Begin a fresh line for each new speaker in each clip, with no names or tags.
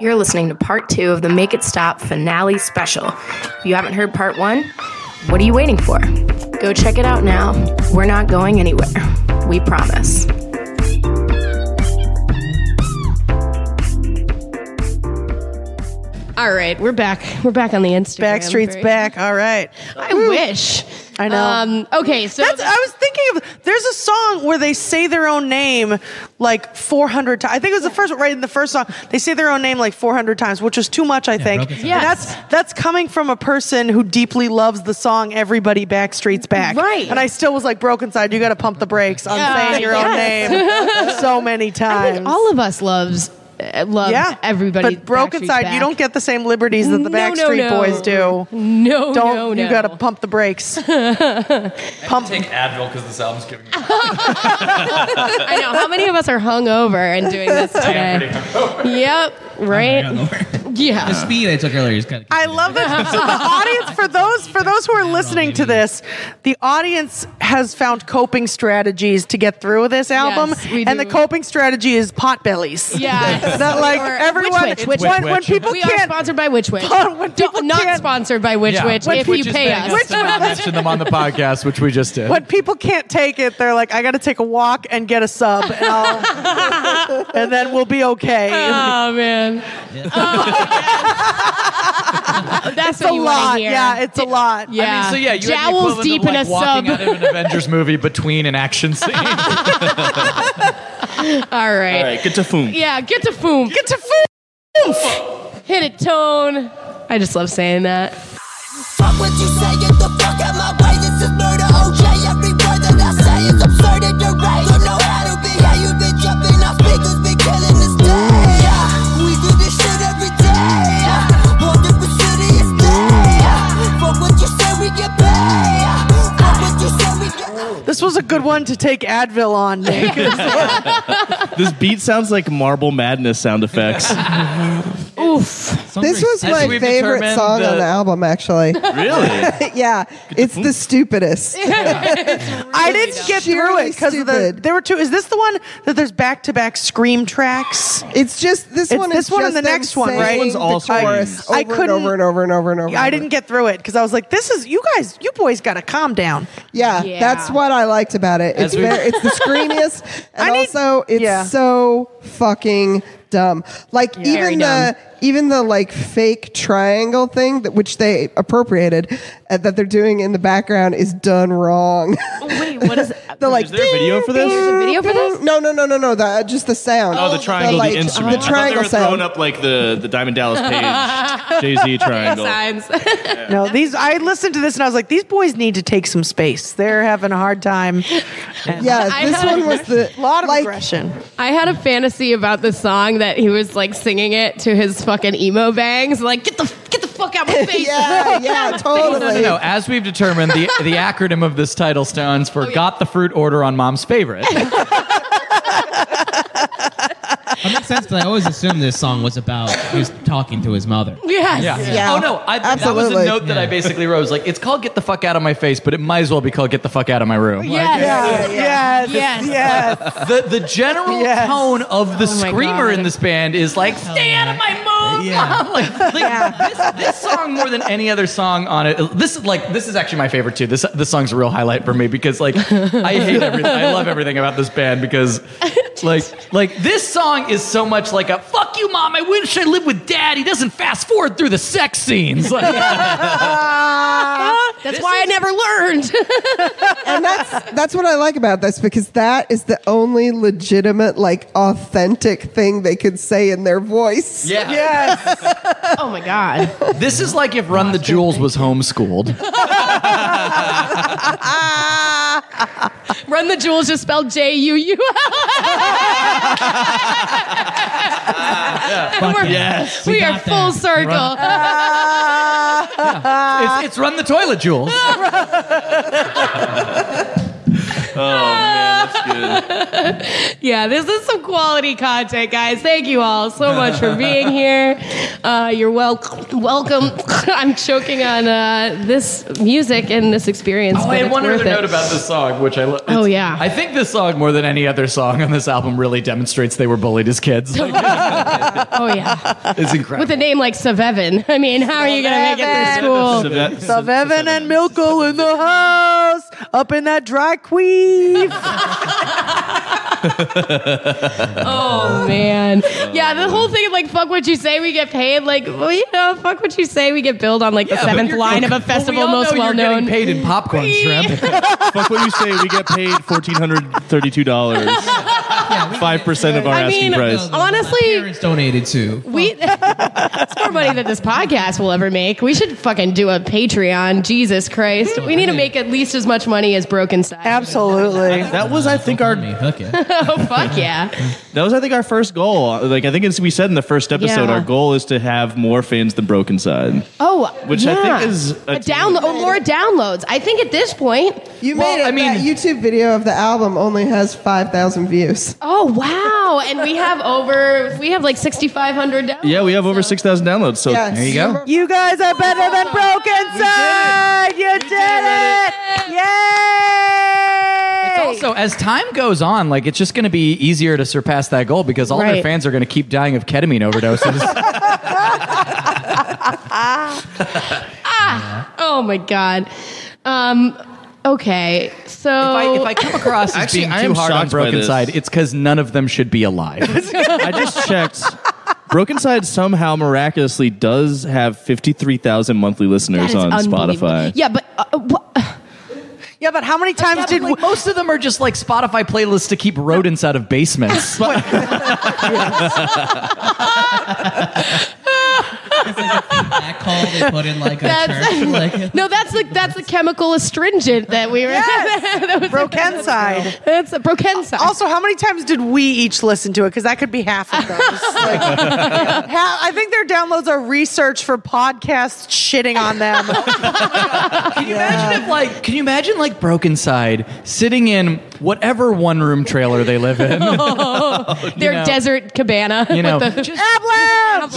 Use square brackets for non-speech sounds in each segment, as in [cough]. You're listening to part two of the Make It Stop finale special. If you haven't heard part one, what are you waiting for? Go check it out now. We're not going anywhere. We promise.
All right, we're back. We're back on the Instagram.
Backstreet's
Very-
back. All right.
I wish.
I know.
Um, okay, so
That's, I was thinking of. There's a song where they say their own name like 400 times. I think it was the first right in the first song. They say their own name like 400 times, which is too much. I think.
broken sound.
And that's that's coming from a person who deeply loves the song "Everybody Backstreet's Back."
Right.
And I still was like, "Broken side, you got to pump the brakes on
Yeah.
saying your own
[laughs]
name so many
I
times."
think all of us loves uh, love
yeah,
everybody.
But broken
Backstreet's
side, you
Back.
don't get the same liberties that the
No, no,
Backstreet
no.
Boys do.
[laughs] No,
Don't
no,
you
no.
got to pump the brakes? pump.
Take Advil because this album's giving me.
I know how many of us are hungover
[laughs]
and doing this today. yep, right.
The
[laughs] Yeah.
speed I took earlier is kind of.
I love it. So the audience for those for those who are listening to this, the audience has found coping strategies to get through this album,
Yes, we
and
do.
the coping strategy is pot bellies.
Yeah.
That like
Or-
everyone
Witch Witch, Witch
when,
Witch.
when people
we are
can't
sponsored by Witch Witch.
When
Don't-
people
not
can't-
sponsored by Witch Witch
When
if
people
you
just
pay
paying
us.
to not mention them on the podcast, which we just did.
when people can't take it, they're like, I got to take a walk and get a sub, and,
[laughs]
I'll- and then we'll be okay.
Oh man.
[laughs]
Oh,
it's
That's
a
what you wanna
lot,
hear.
yeah, it's a lot.
yeah.
I mean, so yeah, you had the
jowls
equivalent
deep
of, like,
in a
walking
sub.
out of an Avengers movie between an
[laughs]
action scene.
All right.
get to foom.
Yeah, get to foom. Get to foom. Hit it, tone. I just love saying that.
Fuck what you say, get the fuck out my way. This is murder, OJ. Every word that I say is absurd and deranged. Don't know how to be how you been jumping off speakers, been killing this day. Yeah, we do this shit every day. Yeah, on this serious day. Yeah, fuck what you say, we get paid. Yeah, fuck what you say, we get.
This was a good one to take Advil on, Nick.
[laughs] This beat sounds like Marble Madness sound effects.
This was
As
my
we've
favorite
determined,
song
the-
on the
[laughs]
album, actually. [laughs]
really?
yeah, it's the stupidest.
I didn't get through it
Surely
because the
stupid.
there were two. Is this the one that there's back to back scream [gasps] tracks?
It's just this
It's
one.
this
is
one and
just
the
them
next one, right?
saying
This one's
the
all
chorus
screams. I
over and
couldn't-
over and over and over and over.
I didn't get through it because I was like, "This is you guys. You boys got to calm down."
Yeah,
Yeah.
that's what I liked about it. It's
we-
[laughs]
very, it's the screamiest, and
I need-
also it's
yeah.
so fucking dumb. Like
Very
even the even the like fake triangle thing that which they appropriated uh, that they're doing in the background is done wrong.
Wait, what
[laughs]
is that?
the like
Is there a video for this?
There's a video for this?
Mm, No, no, no, no, no. The, uh, just the sound.
Oh, the triangle,
like, uh,
the instrument.
The
I thought they
triangle
were throwing
sound.
up like the, the Diamond [laughs] Dallas Page Jay Z triangle.
Signs.
No, these. I listened to this and I was like, "These boys need to take some space. They're having a hard time."
Yeah,
I
this
had
one was the
A [laughs] lot of
like,
aggression.
[laughs] I had a fantasy about the song that he was like singing it to his fucking emo bangs, like get the get the fuck out my face.
Yeah, yeah, totally.
No, no, no. As we've determined, the, the acronym of this title stands
Oh,
for Got the Fruit Order on
[laughs]
Mom's Favorite.
It makes sense, but I always assumed this song was about he was talking to his mother.
[laughs] Yes.
Yeah.
Oh, no. I, That was
Absolutely.
a note that I basically wrote. It was like, it's called Get the Fuck Out of My Face, but it might as well be called Get the Fuck Out of My Room.
Yes.
Yeah, yes,
Yes.
yes.
The, the general
Yes.
tone of the
Oh my
screamer
God.
in this band is like, stay out of my [laughs] mom. like, like, this, this song more than any other song on it. This is like this is actually my favorite too. This this song's a real highlight for me because like I
[laughs]
hate everything. I love everything about this band because like like this song is so much like a fuck you mom. I wish I lived with dad. He doesn't fast forward through the sex scenes.
[laughs]
Like,
That's why I never learned. [laughs]
and that's that's what I like about this because that is the only legitimate, like, authentic thing they could say in their voice.
yeah.
yes.
oh my god.
This is like if Run the Jewels was homeschooled.
Run the jewels just spelled J U U [laughs] L.
Yes.
We are
got
full
that.
circle.
It's, it's Run the Toilet Jewels.
Oh man, that's good.
Good.
Yeah, this is some quality content, guys. Thank you all so much for
[laughs]
being here. Uh, you're wel- welcome. [laughs] I'm choking on uh, this music and this experience.
Oh,
but
I had
it's
one
worth
other
it.
note about this song, which I love.
Oh, yeah.
I think this song more than any other song on this album really demonstrates they were bullied as
[laughs]
kids. Like,
Oh
[laughs]
yeah,
it's incredible.
with a name like Sevevin. [laughs] I mean, how are you gonna make it through school?
Of Evan and Milko in the house, up in that dry queef. [laughs]
Oh
[laughs]
man, yeah. The whole thing, like, fuck what you say, we get paid. Like, well, you know, fuck what you say, we get billed on like the seventh line of a festival
well, we all
most
know
well
you're
known.
getting paid in popcorn shrimp.
[laughs]
Fuck what you say. We get paid fourteen hundred thirty-two [laughs] dollars, five percent of our
I mean,
asking price.
honestly,
Parents donated to.
we [laughs] it's more money than this podcast will ever make. We should fucking do a Patreon. Jesus Christ, we need to make at least as much money as Broken Style.
Absolutely.
That was, I think, our that
Hook it.
[laughs] Oh fuck yeah,
was, I think, our first goal. Like, I think as we said in the first episode,
Yeah.
our goal is to have more fans than Broken Side.
oh
Which I
yeah.
think is a-
a download. Oh, more downloads. I think at this point.
You made
Well,
it.
I mean-
that YouTube video of the album only has 5,000 views.
Oh wow! And we have over we have like sixty five hundred downloads.
Yeah, we have over
so-
six thousand downloads. So
Yes. Number-
You guys are better than Broken Side. You did it. Yay.
Also, as time goes on, like it's just going to be easier to surpass that goal because all
Right.
their fans are going to keep dying of ketamine overdoses.
[laughs]
Oh my god. Um, okay, so
if, I, if I
[laughs]
come across as
Actually,
being
I
too
am
hard on
shocked by
Broken
this.
Side, it's because none of them should be alive.
[laughs] I just checked. Broken Side somehow miraculously does have fifty-three thousand monthly
That
listeners
is
on
unbelievable.
Spotify.
Yeah, but uh, uh, what- [laughs]
yeah, but how many times did we,
like, most of them are just like Spotify playlists to keep rodents out of basements.
That call they put in like a
That's-
church.
[laughs]
Like,
no, that's the that's the chemical astringent that we were. that was,
Broken Side?
[laughs] that's a
Uh,
Brokenza.
Also, how many times did we each listen to it? Because that could be half of
[laughs]
those. Like, ha- I think their downloads are research for podcasts shitting on them.
Can you imagine if like can you imagine like Broken Side sitting in whatever one room trailer they live in?
their
know.
desert cabana.
You know,
with the Ah,
just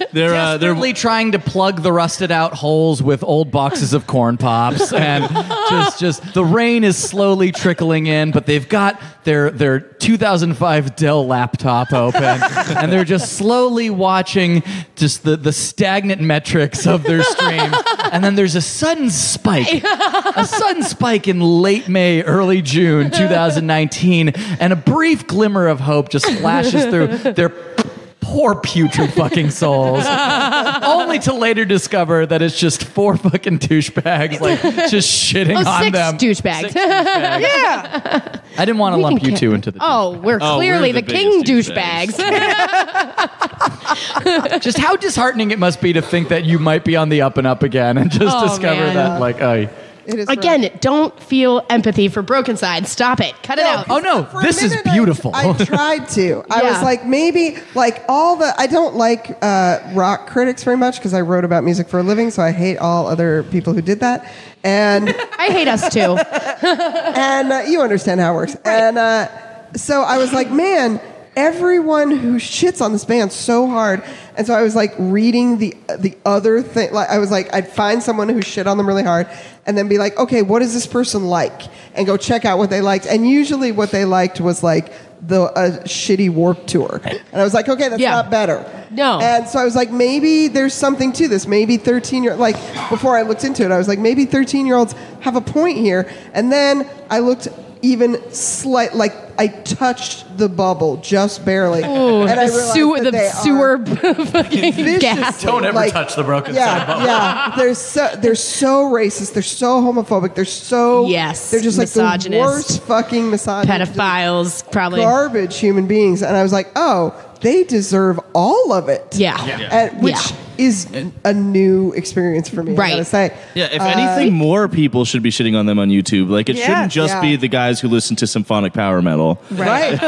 Ab
lounge.
They're uh, they're
desperately trying to plug the rusted out holes with old boxes of corn [laughs] pops and just just the rain is slowly trickling in but they've got their their 2005 Dell laptop open and they're just slowly watching just the the stagnant metrics of their [laughs] stream and then there's a sudden spike a sudden spike in late May early June 2019 and a brief glimmer of hope just flashes through their poor putrid fucking souls only to later discover that it's just four fucking douchebags like just shitting
Oh,
on
six
them
douchebags.
Six douchebags.
Yeah.
i didn't want to
We
lump
can
you
count.
two into the
[laughs] Oh, we're
Oh, we're
clearly
the
the, king
biggest
douchebags.
just how disheartening it must be to think that you might be on the up and up again and just
Oh,
discover
man.
that like oh
It is
Again, don't feel empathy for Broken Side. Stop it. Cut it out.
oh no
For a
this is
minute, I-
beautiful
I, tried to. I
Yeah.
was like, maybe like all the. I don't like uh, rock critics very much because I wrote about music for a living, so I hate all other people who did that. And
I hate us
[laughs]
too.
and uh, you understand how it works. And uh, so I was like, man, everyone who shits on this band so hard. And so I was like reading the the other thing. Like I was like, I'd find someone who shit on them really hard, and then be like, okay, what is this person like? And go check out what they liked. And usually, what they liked was like the a shitty warp tour. And I was like, okay, that's
Yeah.
not better.
No.
And so I was like, maybe there's something to this. Maybe 13 year like before I looked into it, I was like, maybe 13 year olds have a point here. And then I looked even slight like I touched the bubble just barely. and I
the
realized
sewer,
that
the
they are
sewer fucking gas.
viciously,
Don't ever
like-
touch the broken
yeah,
side bubble.
Yeah, they're so they're so racist. They're so homophobic. They're so
Yes,
They're just like the
misogynist.
worst fucking misogynist
pedophiles, probably.
garbage human beings. And I was like, oh, they deserve all of it.
Yeah. Yeah.
And which
Yeah.
is a new experience for me. I
Right.
gotta say.
Yeah,
Uh,
if anything, more people should be shitting on them on YouTube. Like, it
Yeah.
shouldn't just
Yeah.
be the guys who listen to symphonic power metal.
Right.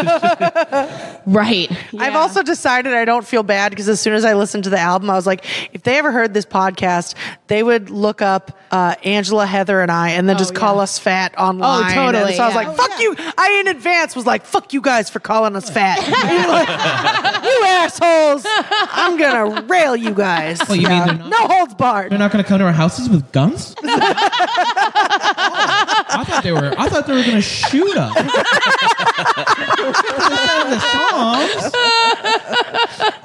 Right.
I've
Yeah.
also decided I don't feel bad because as soon as I listened to the album, I was like, if they ever heard this podcast, they would look up uh, Angela, Heather, and I, and then
Oh,
just
yeah.
call us fat online. And
totally,
so I was
yeah.
like, fuck you. I, in advance, was like, fuck you guys for calling us
[laughs]
fat. Like, you assholes. I'm going to rail you guys.
Well, you mean they're not-
no holds barred.
They're not going to come to our houses with
[laughs]
guns. I thought they were. I thought they were going to shoot us. [laughs] That's the sound of the songs.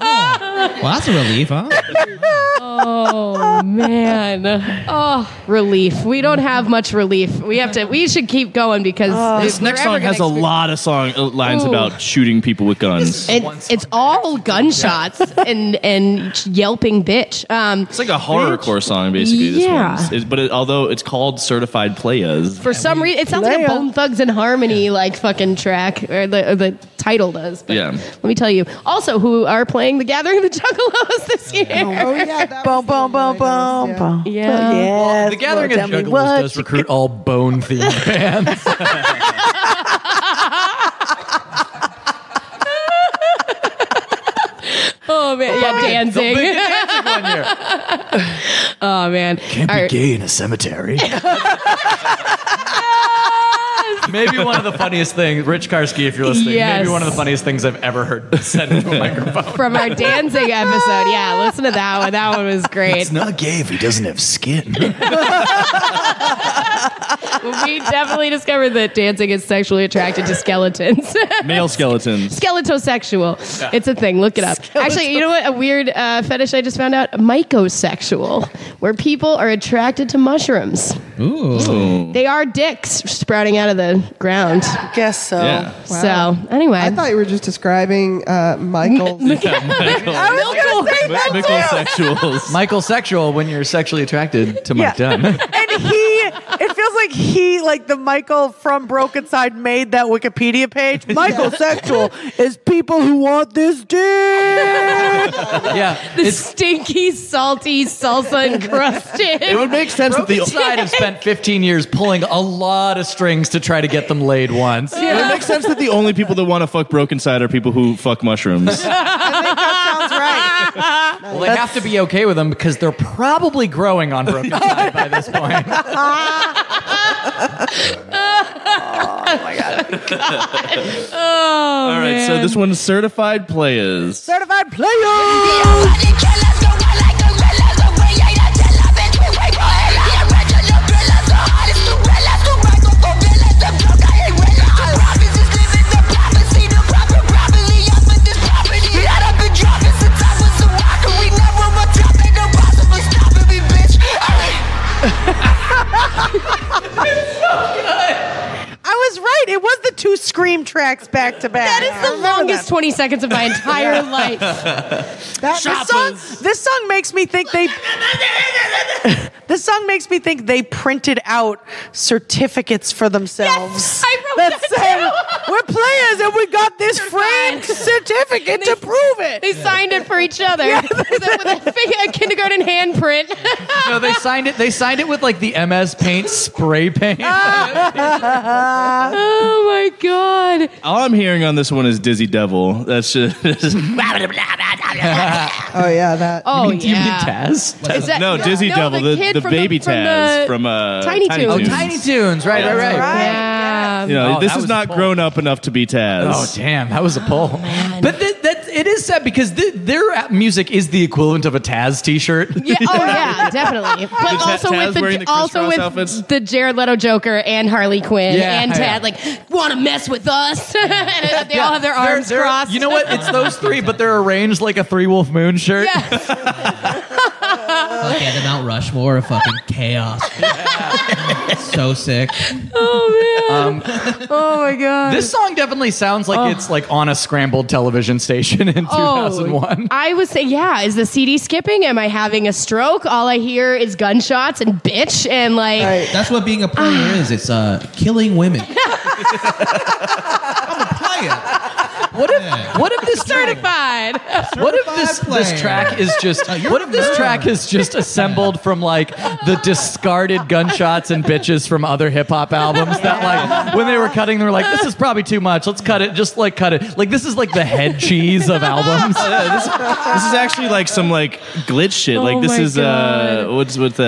Oh, well, that's a relief, huh?
Oh
[laughs]
man. Oh, relief. We don't have much relief. We have to we should keep going because
Oh.
This next song has a lot of song uh, lines
Ooh.
about shooting people with guns.
And it's all gunshots and and yelping bitch. Um
It's like a horrorcore song, basically. This
Yeah.
one, It- but it, although it's called Certified Playas,
for some reason, it sounds like a
Leia.
Bone Thugs and Harmony like fucking track, or the, or the title does. But
Yeah.
Let me tell you. Also, who are playing the Gathering of the Juggalos [laughs] this year?
Oh yeah. That
Boom, boom,
was the
boom,
one I
boom,
noticed,
boom.
Yeah.
Yes,
[laughs] the Gathering
Lord,
of
tell me
Juggalos
what
does
you
recruit all
[laughs]
bone themed bands.
Oh man, yeah, dancing.
one [laughs] year.
Oh man. All right.
gay in
[laughs]
a cemetery. maybe one of the funniest things, Rich Karski, if you're listening,
Yes.
maybe one of the funniest things I've ever heard said into [laughs] a microphone.
From our dancing episode, yeah, listen to that one. That one was
[laughs]
great.
not gay if he doesn't have skin.
we definitely discovered that dancing is sexually attracted to skeletons. [laughs]
male skeletons.
Skeletosexual. It's a thing. Look it up. Actually, you know what? A weird uh, fetish I just found out: mycosexual, where people are attracted to mushrooms.
Ooh.
They are dicks sprouting out of the ground.
Guess so.
Yeah.
So anyway,
I thought you were just describing uh, Michael.
I was going to say
[laughs]
that too.
Mickle sexuals.
Michael sexual when you're sexually attracted to Mike
Yeah.
[laughs]
Dunn.
and he it feels like he like the michael from broken side made that wikipedia [laughs] page michael sexual is people who want this dick
[laughs] yeah.
the stinky, salty, salsa encrusted.
It would make sense that the
Broken Side have spent 15 years pulling a lot of strings to try to get them laid once.
it would make sense that the only people that want to fuck Broken Side are people who
[laughs]
fuck mushrooms.
Oh,
sounds right
Well, they have to be okay with them because they're probably growing on Broken Side by
[laughs]
this point.
oh,
All right, so this one's Certified Playas.
certified player i was right it was the two scream tracks back to back
That is the longest 20 seconds of my
[laughs]
entire life.
this song, this song makes me think they [laughs] this song makes me think they printed out certificates for themselves
I wrote
that
that
say we're players and we got this framed
fine.
certificate to prove it
They signed it for each other with, a, [laughs] with a, fig- a kindergarten handprint. [laughs]
No, they signed it. They signed it with like the MS Paint spray paint.
oh my god!
All I'm hearing on this one is Dizzy Devil. That's just [laughs]
oh yeah, that.
Oh
Do you mean
yeah.
Taz?
Is that-
no Dizzy Devil, the,
kid
the,
from
baby
from
Taz
the-
from uh,
Tiny Toons.
Oh,
Tunes.
Tiny Toons, right, right, right.
Yeah.
You know,
Oh,
this
that
is
was a
not
pull.
grown up enough to be Taz.
Oh damn, that was a pull. but th- that it is sad because th- their music is the equivalent of a Taz [laughs] T-shirt.
Yeah, oh
[laughs]
yeah, definitely. But
Ta-
also
Taz
with the,
wearing the Chris
also
Cross
with
outfits?
the Jared Leto Joker and Harley Quinn
Yeah,
and Tad,
yeah.
like want to mess with us, [laughs] and they all have their
They're-
arms
they're-
crossed.
You know what? It's those three, but they're arranged like a Three Wolf Moon shirt.
Yeah.
Fuck yeah, the Mount Rushmore of fucking chaos. so sick.
Oh man.
um,
[laughs] oh my god.
This song definitely sounds like it's like on a scrambled television station in 2001.
I was saying, yeah, is the CD skipping? Am I having a stroke? All I hear is gunshots and bitch and like,
Right.
That's what being
Ah.
a player is.
[laughs]
It's uh, killing women. I'm a player.
What if what if this
[laughs]
certified.
What if this
Certified
this
player.
track is just what if this track is just assembled from like the discarded gunshots and bitches from other hip hop albums that like when they were cutting they were like this is probably too much let's cut it just like cut it like this is like the head cheese of albums
This is actually like some like glitch shit.
Oh
like this
my
is uh,
God.
what's with the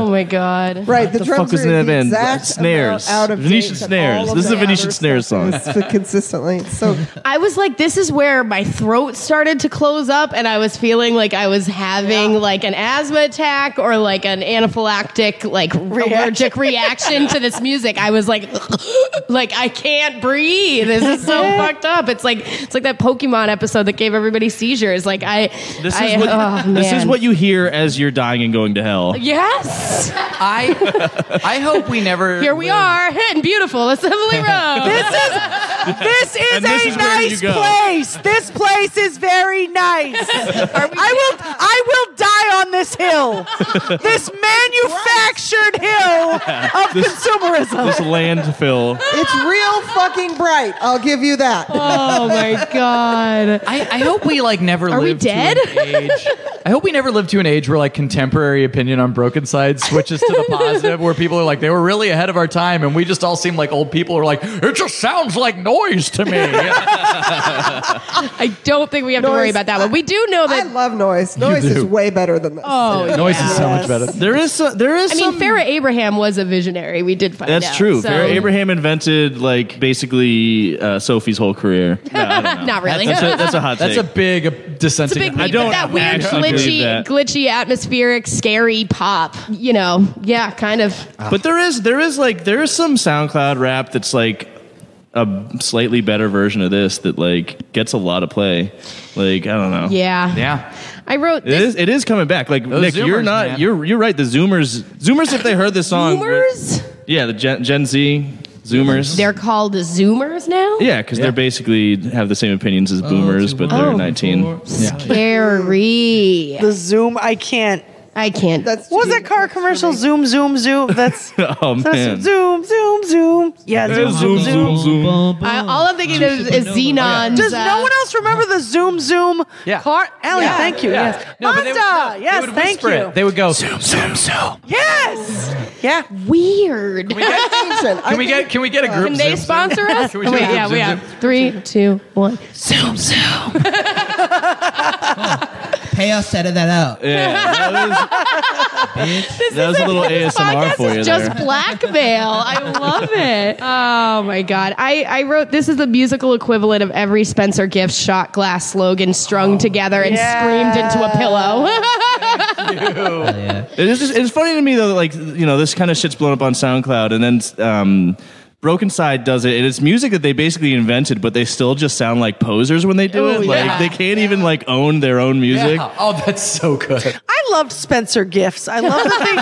uh,
oh my god.
Right, the,
the
drums
fuck was
are
in that
the
band?
exact
Snares.
amount out of
Venetian
date that
snares.
all of
This is
the
a Venetian
other
snare
stuff is [laughs] consistently. So
I was like, this is where my throat started to close up, and I was feeling like I was having like an asthma attack or like an anaphylactic, like allergic reaction to this music. I was like, [gasps] like I can't breathe. This is so fucked up. It's like it's like that Pokemon episode that gave everybody seizures. Like I,
This
I-
is what
oh,
this is
man. Oh,
what you hear as you're dying and going to hell.
[laughs] Yes,
I I hope we never
here we
live-
are, and beautiful Assembly Row.
This is this is
And this
a
is where you
nice
go.
place. This place is very nice. I will I will die on this hill. [laughs] This manufactured hill of consumerism.
This landfill.
it's real fucking bright. I'll give you that.
[laughs] oh my god.
I, I hope we like never
Are we
live
dead?
to an age. I hope we never live to an age where like contemporary opinion on Broken Side switches to
[laughs]
the positive, where people are like, they were really ahead of our time, and we just all seem like old people who are like, it just sounds like noise to me.
I don't think we have to
Noise.
worry about that one. We do know
I
that
love noise. Noise is
do.
way better than this.
Oh,
[laughs] noise is so much
Yes.
better.
There is some, there is
I mean,
some
Farrah Abraham was a visionary. We did find
That's
out,
true.
so-
Farrah Abraham invented like basically uh, Sophie's whole career. No, I don't know.
[laughs] Not really.
That's a, that's a hot
That's a
take.
big uh,
It's a
dissenting.
big
opinion.
leap,
don't
but that weird
actually believe
glitchy,
that.
glitchy, atmospheric, scary pop. You know, yeah, kind of.
but there is there is like there is some SoundCloud rap that's like a slightly better version of this that like gets a lot of play. Like I don't know.
Yeah.
yeah.
I wrote
It
this.
is. It is coming back. Like Nick, you're
Zoomers,
not.
man.
You're you're right. The Zoomers. Zoomers. If they heard this song. would-
Zoomers?
Yeah, the Gen, Gen Z Zoomers.
They're called Zoomers now.
yeah, because they're basically have the same opinions
Oh,
as Boomers, but
Oh.
they're [laughs] Oh, 19.
Scary.
The Zoom, I can't.
I can't.
That's
What was that car commercial? Zoom, zoom, zoom. That's,
[laughs] Oh man.
that's zoom, zoom, zoom. Yeah, zoom, zoom, zoom.
I, all I'm thinking of is
Oh,
Xenon's.
Does
uh,
no one else remember the zoom, zoom
Yeah.
car? Ellie, thank you. Yes.
No,
Mazda.
but they would- no, they
yes,
would
thank
whisper
you.
It. They would go zoom zoom zoom.
yes. Yeah.
Weird. [laughs]
Ancient. I
Can we get can we get a group?
Can they
zoom, zoom?
sponsor us?
Can we do
Wait,
a group
yeah,
zoom,
we
zoom?
have three, two, one.
Zoom zoom.
Pay us to edit that
[laughs]
out.
Yeah, that
[laughs]
was, that was a little ASMR
podcast
for you
is
there.
just blackmail. I love it. Oh my god! I, I wrote this is the musical equivalent of every Spencer Gift shot glass slogan strung together and screamed into a pillow. [laughs]
It's, just, it's funny to me though, that, like you know, this kind of shit's blown up on SoundCloud, and then um, Broken Side does it, and it's music that they basically invented, but they still just sound like posers when they do
Oh,
it.
yeah.
Like they can't even like own their own music.
Yeah. [laughs] Oh, that's so good.
I loved Spencer Gifts. I love the thing.
[laughs]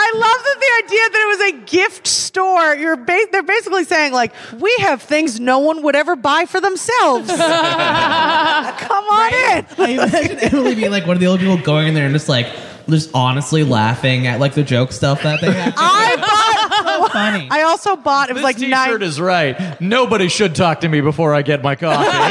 I love that the idea that it was a gift store. You're ba- they're basically saying like, we have things no one would ever buy for
[laughs]
themselves. Come on in.
I imagine Emily being like one of the old people going in there and just like just honestly laughing at like the joke stuff that
[laughs]
they had.
I bought.
so funny.
I also bought. It was
This
like
T-shirt
nine.
is right. Nobody should talk to me before I get my coffee.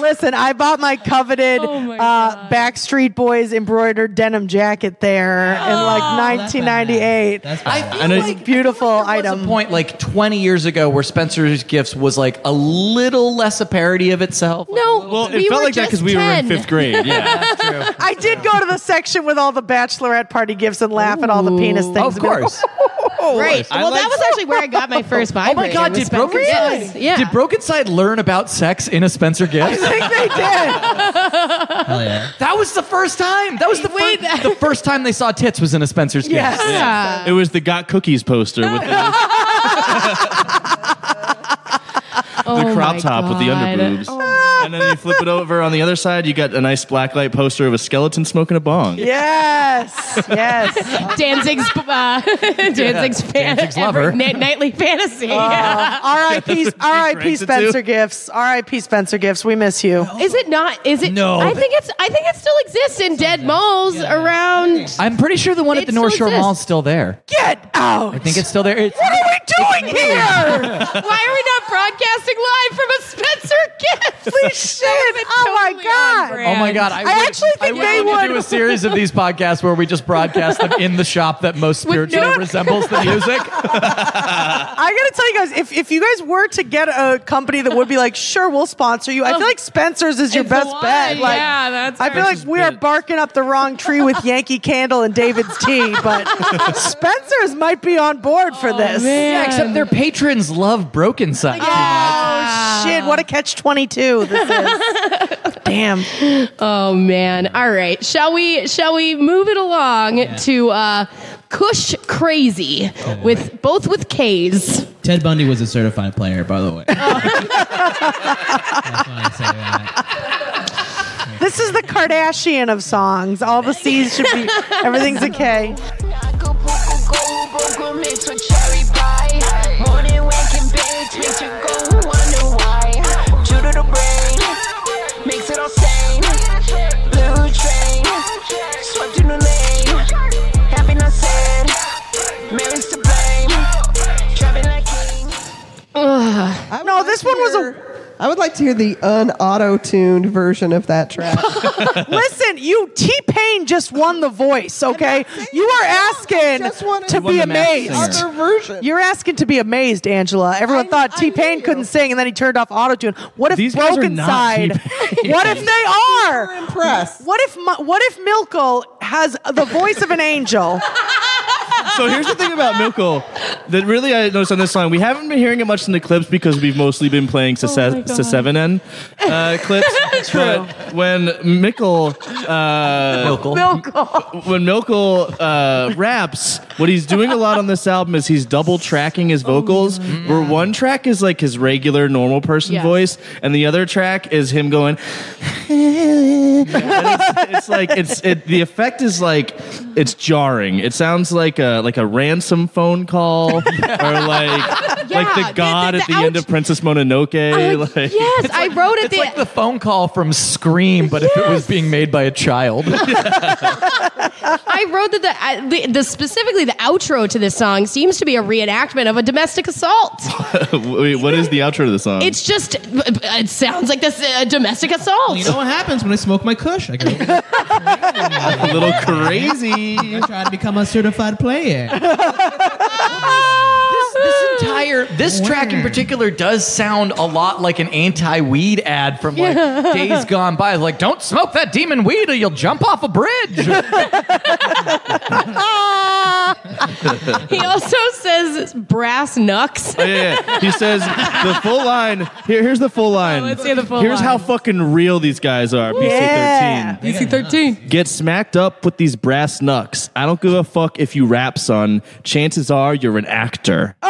listen, I bought my coveted
Oh
my
uh, Backstreet Boys embroidered denim jacket there in like 1998.
That's
I
fine.
feel like,
And it-
Oh. I feel
Beautiful
like there was
item.
a point like 20 years ago where Spencer's Gifts was like a little less a parody of itself.
[laughs] no,
Well, it
we
felt
were
like that
just
because we were
10.
in
[laughs]
fifth grade. Yeah,
I did go to the section with all the bachelorette party gifts and laugh at all the penis things.
Oh, of course.
[laughs]
Right.
I
well,
like-
that was actually where I got my
[laughs]
first
oh
vibrator.
my God,
was
did
Spencer
Broken
Gifts.
Side
Yeah.
did Broken Side learn about sex in a Spencer Gifts?
I think they did.
Hell yeah.
that was the first time. That was the
Wait,
first the first time they saw tits was in a Spencer's Gifts.
Yes.
Yeah.
it was the Got Cookies poster with the,
Oh
the crop
my
top with the
God.
underboobs.
Oh,
and then you flip it over on the other side. You got a nice blacklight poster of a skeleton smoking a bong.
Yes, yes.
[laughs] Danzig's uh, Danzig's fan,
Danzig's
every
lover.
night- nightly fantasy.
Oh.
Uh, R.I.P. R.I.P.
ranks it
Spencer
too.
Gifts. R.I.P. Spencer Gifts. We miss you.
Is it not? Is it?
No.
I think it's. I think it still exists in dead malls around.
I'm pretty sure the one
It
at the North
still
Shore Mall is
exists.
still there.
Get out!
I think it's still there. It's,
What are we doing
[laughs]
here?
Why are we not broadcasting live from a Spencer gift?
Please shit! Oh my god!
oh my god! I,
I
would-
actually think
I would
they
love to
would-
do a series of these podcasts where we just broadcast them in the shop that most spiritually
no-
resembles the music. [laughs]
I gotta tell you guys, if, if you guys were to get a company that would be like, sure, we'll sponsor you, I feel like Spencer's is your
It's the
best
one,
bet. Like,
yeah, that's
I feel
our-
like we are barking up the wrong tree with Yankee Candle and David's Tea, but Spencer's might be on board
Oh,
for this.
yeah, except their patrons love Broken Side.
Oh shit! What a catch twenty two this is.
[laughs]
Damn.
Oh man! All right, shall we? Shall we move it along to uh, Kush Crazy
Oh,
with both with K's.
Ted Bundy was a certified player, by
[laughs]
the way.
Oh.
That's why I say that.
This is the Kardashian of songs. All the C's should be
[laughs]
everything's a K. No, this one was a
I would like to hear the un-auto-tuned version of
[laughs]
that track.
Listen, you T Pain just won the voice, okay? You are asking
Just wanted-
to
He won
be
the Masked
amazed.
Singer.
Other version.
You're asking to be amazed, Angela. Everyone
I-
thought
I
T Pain
knew.
couldn't sing, and then he turned off autotune. What if
These guys are
Broken
not
Side? What if they
We're
are?
impressed.
What if Mi- what if Milkel has the voice of an
[laughs]
angel?
So here's the thing about Mickle that really I noticed on this song. We haven't been hearing it much in the clips because we've mostly been playing
Oh my God.
Sesevenen uh,
[laughs]
clips. But when Mickle, uh,
Milkel.
when Mickle uh, raps, what he's doing a lot on this album is he's double tracking his
Oh,
vocals. Where one track is like his regular normal person
Yeah.
voice, and the other track is him going. And it's, it's like it's it, the effect is like it's jarring. It sounds like a like a ransom phone call or
[laughs]
like like
the-
the
the-
god at
the
the end
ouch-
of Princess Mononoke.
Uh,
like,
yes, I wrote it.
It's
The,
like the phone call from Scream, but if it was being made by a child.
I wrote that the, I- the, the specifically the outro to this song seems to be a reenactment of a domestic assault.
[laughs] Wait, what is the outro to the song?
It's just it sounds like this uh, domestic assault. [laughs]
You know what happens when I smoke my Kush? I, go,
a
[laughs]
little crazy.
I try to become a certified player.
this entire this track in particular does sound a lot like an anti-weed ad from like days gone by like don't smoke that demon weed or you'll jump off a bridge
Ah! he also says brass [laughs] knucks.
yeah, yeah. He says the full line. Here, here's the full line.
Oh, let's hear the full
here's
line.
how fucking real these guys are. BC13.
Yeah.
DC thirteen.
Get smacked up with these brass knucks. I don't give a fuck if you rap, son. Chances are you're an actor.
[laughs]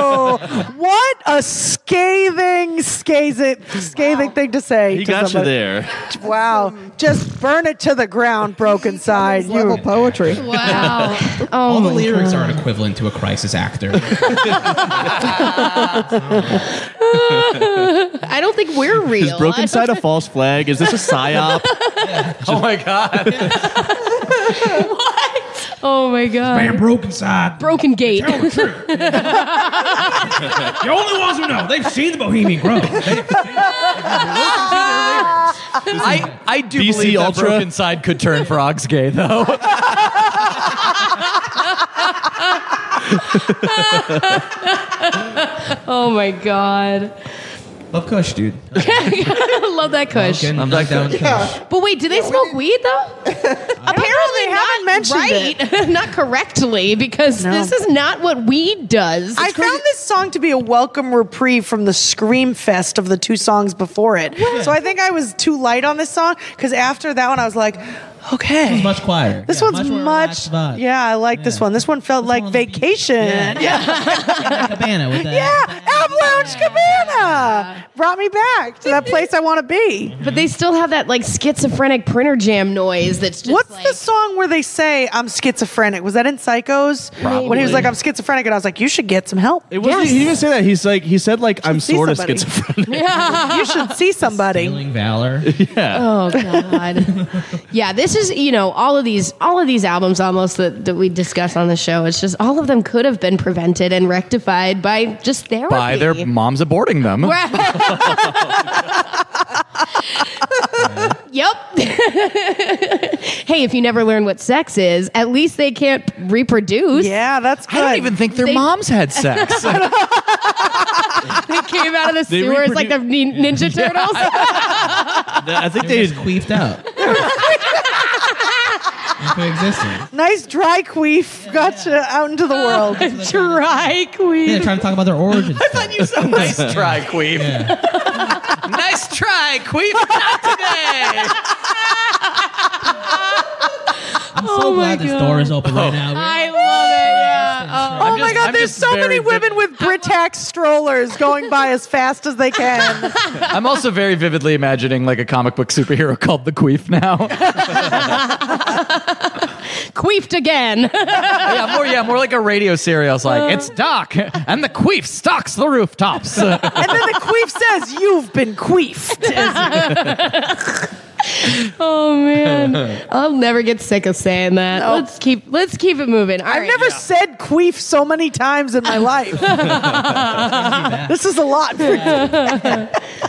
Oh, what a scathing, scathing, scathing thing to say.
he
to
got you
somebody.
there.
Wow. Just burn it to the ground, broken side.
Level
You,
poetry.
Wow.
All the
Oh,
lyrics are an equivalent to a crisis [laughs] actor.
I don't think we're real.
Is broken
I-
side a false flag? Is this a psyop?
oh my god
[laughs] Oh my god.
Man, broken side.
Broken gate.
Tell the truth. You're only ones who know. They've seen the Bohemian Grove. They-
i i do
BC
believe that
Ultra?
broken side could turn frogs gay though
Oh my god. [laughs]
Love Kush, dude.
I love that Kush.
I'm back down. Kush.
But wait, do they smoke weed
[laughs]
though? Apparently,
they haven't
not
mentioned
right, [laughs] not correctly, because
No.
this is not what weed does.
I found this song to be a welcome reprieve from the scream fest of the two songs before it. So I think I was too light on this song because after that one, I was like, okay.
Much quieter.
This
Yeah,
one's
more
much,
relaxed vibe.
yeah. I like this
Yeah.
one. This one felt
This
like
one's a beat. [laughs]
vacation.
Yeah. Cabana with that.
Yeah, Avalanche Cabana. Yeah. Brought me back to that place I want to be.
But they still have that like schizophrenic printer jam noise that's just
What's
like,
the song where they say I'm schizophrenic? Was that in Psychos? When he was like, I'm schizophrenic, and I was like, you should get some help.
It wasn't. He didn't even say that. He's like. He said like I'm
see
sort of
somebody.
schizophrenic.
you
[laughs]
should see somebody.
Healing valor.
yeah.
Oh god. yeah, this is, you know, all of these all of these albums almost that, that we discuss on the show, it's just all of them could have been prevented and rectified by just therapy. [laughs]
By their moms aborting them.
Yep. hey, if you never learn what sex is, at least they can't reproduce.
Yeah, that's good.
I don't even think their
They-
moms had sex.
They came out of the
They
sewers like the nin- Ninja Turtles.
I think
They
they.
just queefed out. Into existence.
nice dry queef. Gotcha out
[laughs]
into the world.
Dry queen.
Yeah, trying to talk about their origins.
you so [laughs] nice try, Queef. nice try, Queef. Not today.
I'm so glad this door is open right now.
I love it. Yeah.
Oh
I'm
my
just-
God!
I'm
there's
just
so many
very
women with Britax strollers going by as fast as they can.
I'm also very vividly imagining like a comic book superhero [laughs] called the Queef now.
Oh, queefed again.
[laughs] yeah, more yeah, more like a radio serial. It's like it's Doc and the Queef stalks the rooftops. That's
And then the queef says, You've been queefed.
oh man,
[laughs]
I'll never get sick of saying that. Let's keep let's keep it moving. All
I've
right.
never said queef so many times in my
[laughs]
life. this is a lot. for you.
[laughs]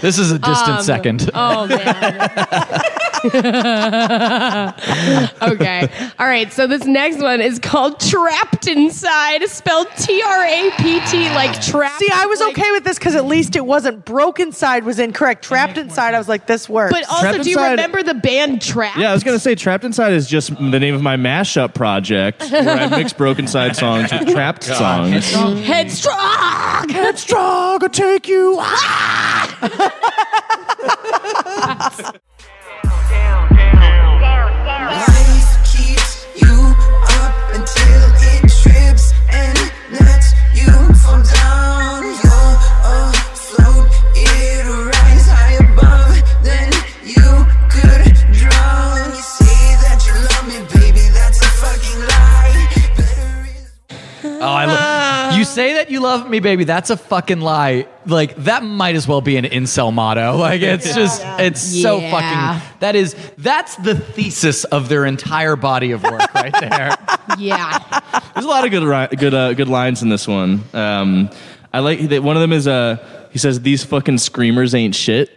this is a distant second.
Oh man. [laughs] okay. All right. So this next one is called Trapped Inside, spelled T R A P T, like trapped.
See, I was
like-
okay with this because at least it wasn't broken side was incorrect. Trapped inside, I was like, This works.
But also,
Trapped
do you
Inside-
remember the band Trapped?
[laughs] Yeah, I was gonna say Trapped Inside is just the name of my mashup project where
[laughs]
I mix Broken Side songs
Oh
with Trapped songs.
Headstrong.
Strong, I'll take you.
Life keeps you up until it trips and lets you fall down. You're afloat, it'll rise high above than you could drown. You say that you love me, baby, that's a fucking lie. Better
Oh,
is.
I lo- you say that you love me, baby. That's a fucking lie. Like that might as well be an incel motto. [laughs] Like it's just, it's so
Yeah.
fucking. That is, that's the thesis of their entire body of work right there.
yeah.
There's a lot of good ri- good uh, good lines in this one. Um, I like that one of them is uh, he says these fucking screamers ain't shit.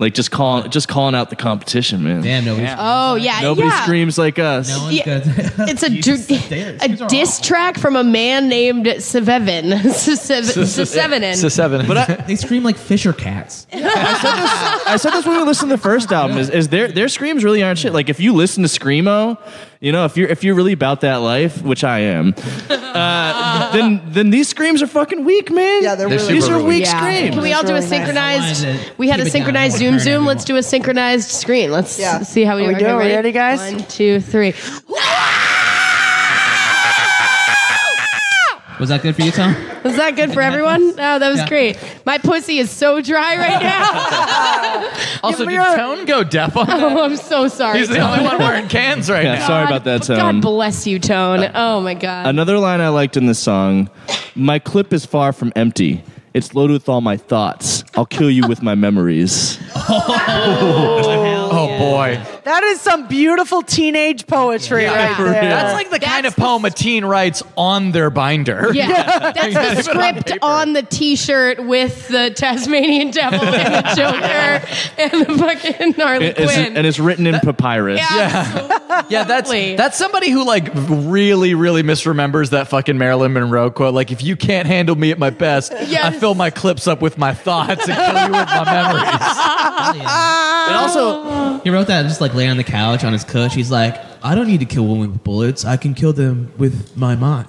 Like just calling just calling out the competition, man.
Damn, no,
Oh yeah.
Nobody
yeah.
screams like us.
no one's
Yeah.
good.
It's a,
[laughs] Jesus,
dr-
they-
a
these are
diss
awful.
track from a man named Sevevin. [laughs]
[laughs]
[laughs]
It's a
Sevevin.
seven. But uh, I,
They scream like Fisher cats.
I said this when we listened to the first album is, is their their screams really aren't shit. Like if you listen to screamo, you know if you're if you're really about that life, which I am, uh, then then these screams are fucking weak, man.
Yeah, they're
They're
really
super
these are
weak.
weak
Yeah.
screams.
Can we all do a
That's really
synchronized?
That's the line
We had
that
a
keep it down,
synchronized
don't
zoom
turn
zoom.
everyone.
Let's do a synchronized screen. Let's
Yeah.
see how we,
Are we
okay,
doing? Ready, guys?
One, two, three.
Was that good for you, Tom?
Was that good for everyone? Oh, that was
Yeah.
great. My pussy is so dry right now.
also,
but
did
you're-
Tone go deaf on
[laughs]
that?
oh, I'm so sorry.
He's the only one wearing cans right
Yeah,
now.
sorry about that.
God
Tone.
bless you, Tone. Oh my God.
Another line I liked in this song: "My clip is far from empty. It's loaded with all my thoughts. I'll kill you with my memories."
Oh boy,
that is some beautiful teenage poetry right
for
there.
that's like the
That's
kind of
the-
poem a teen writes on their binder.
Yeah, that's the script on, the T-shirt with the Tasmanian Devil and the Joker and the fucking Harley
It- it's-
Quinn.
and it's written in papyrus.
yeah,
Yeah, that's
Totally.
that's somebody who like really, really misremembers that fucking Marilyn Monroe quote. Like, if you can't handle me at
[laughs]
my best, I
Yes.
fill my clips up with my thoughts and kill you with my memories.
[laughs]
And also,
He wrote that just like laying on the couch on his couch. He's like, I don't need to kill women with bullets. I can kill them with my mind.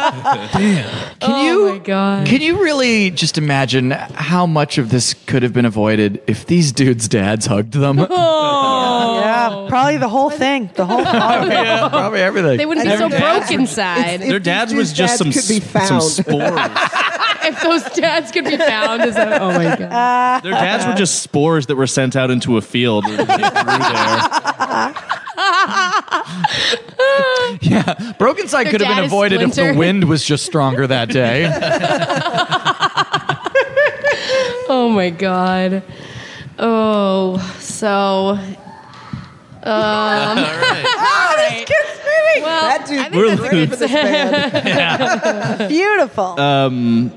Can
Oh my God.
Can you really just
[laughs]
imagine
Oh,
how much of this could have been avoided if these dudes' dads hugged them?
yeah. Yeah, probably the whole thing. The whole.
Oh, yeah, probably everything.
They wouldn't be so broke inside.
If
Their dad
these
was
dudes'
just some,
dads could be
s- some
found.
spores.
if those dads could be found, is that, oh my god.
Their dads were just spores that were sent out into a field. and they grew there.
yeah, broken side
Their
could have
dad
been
is
avoided if the
Splinter.
wind was just stronger
[laughs]
that day.
Oh my god. Oh, so uh,
That dude,
We're
for this
[laughs]
band.
Beautiful.
Um,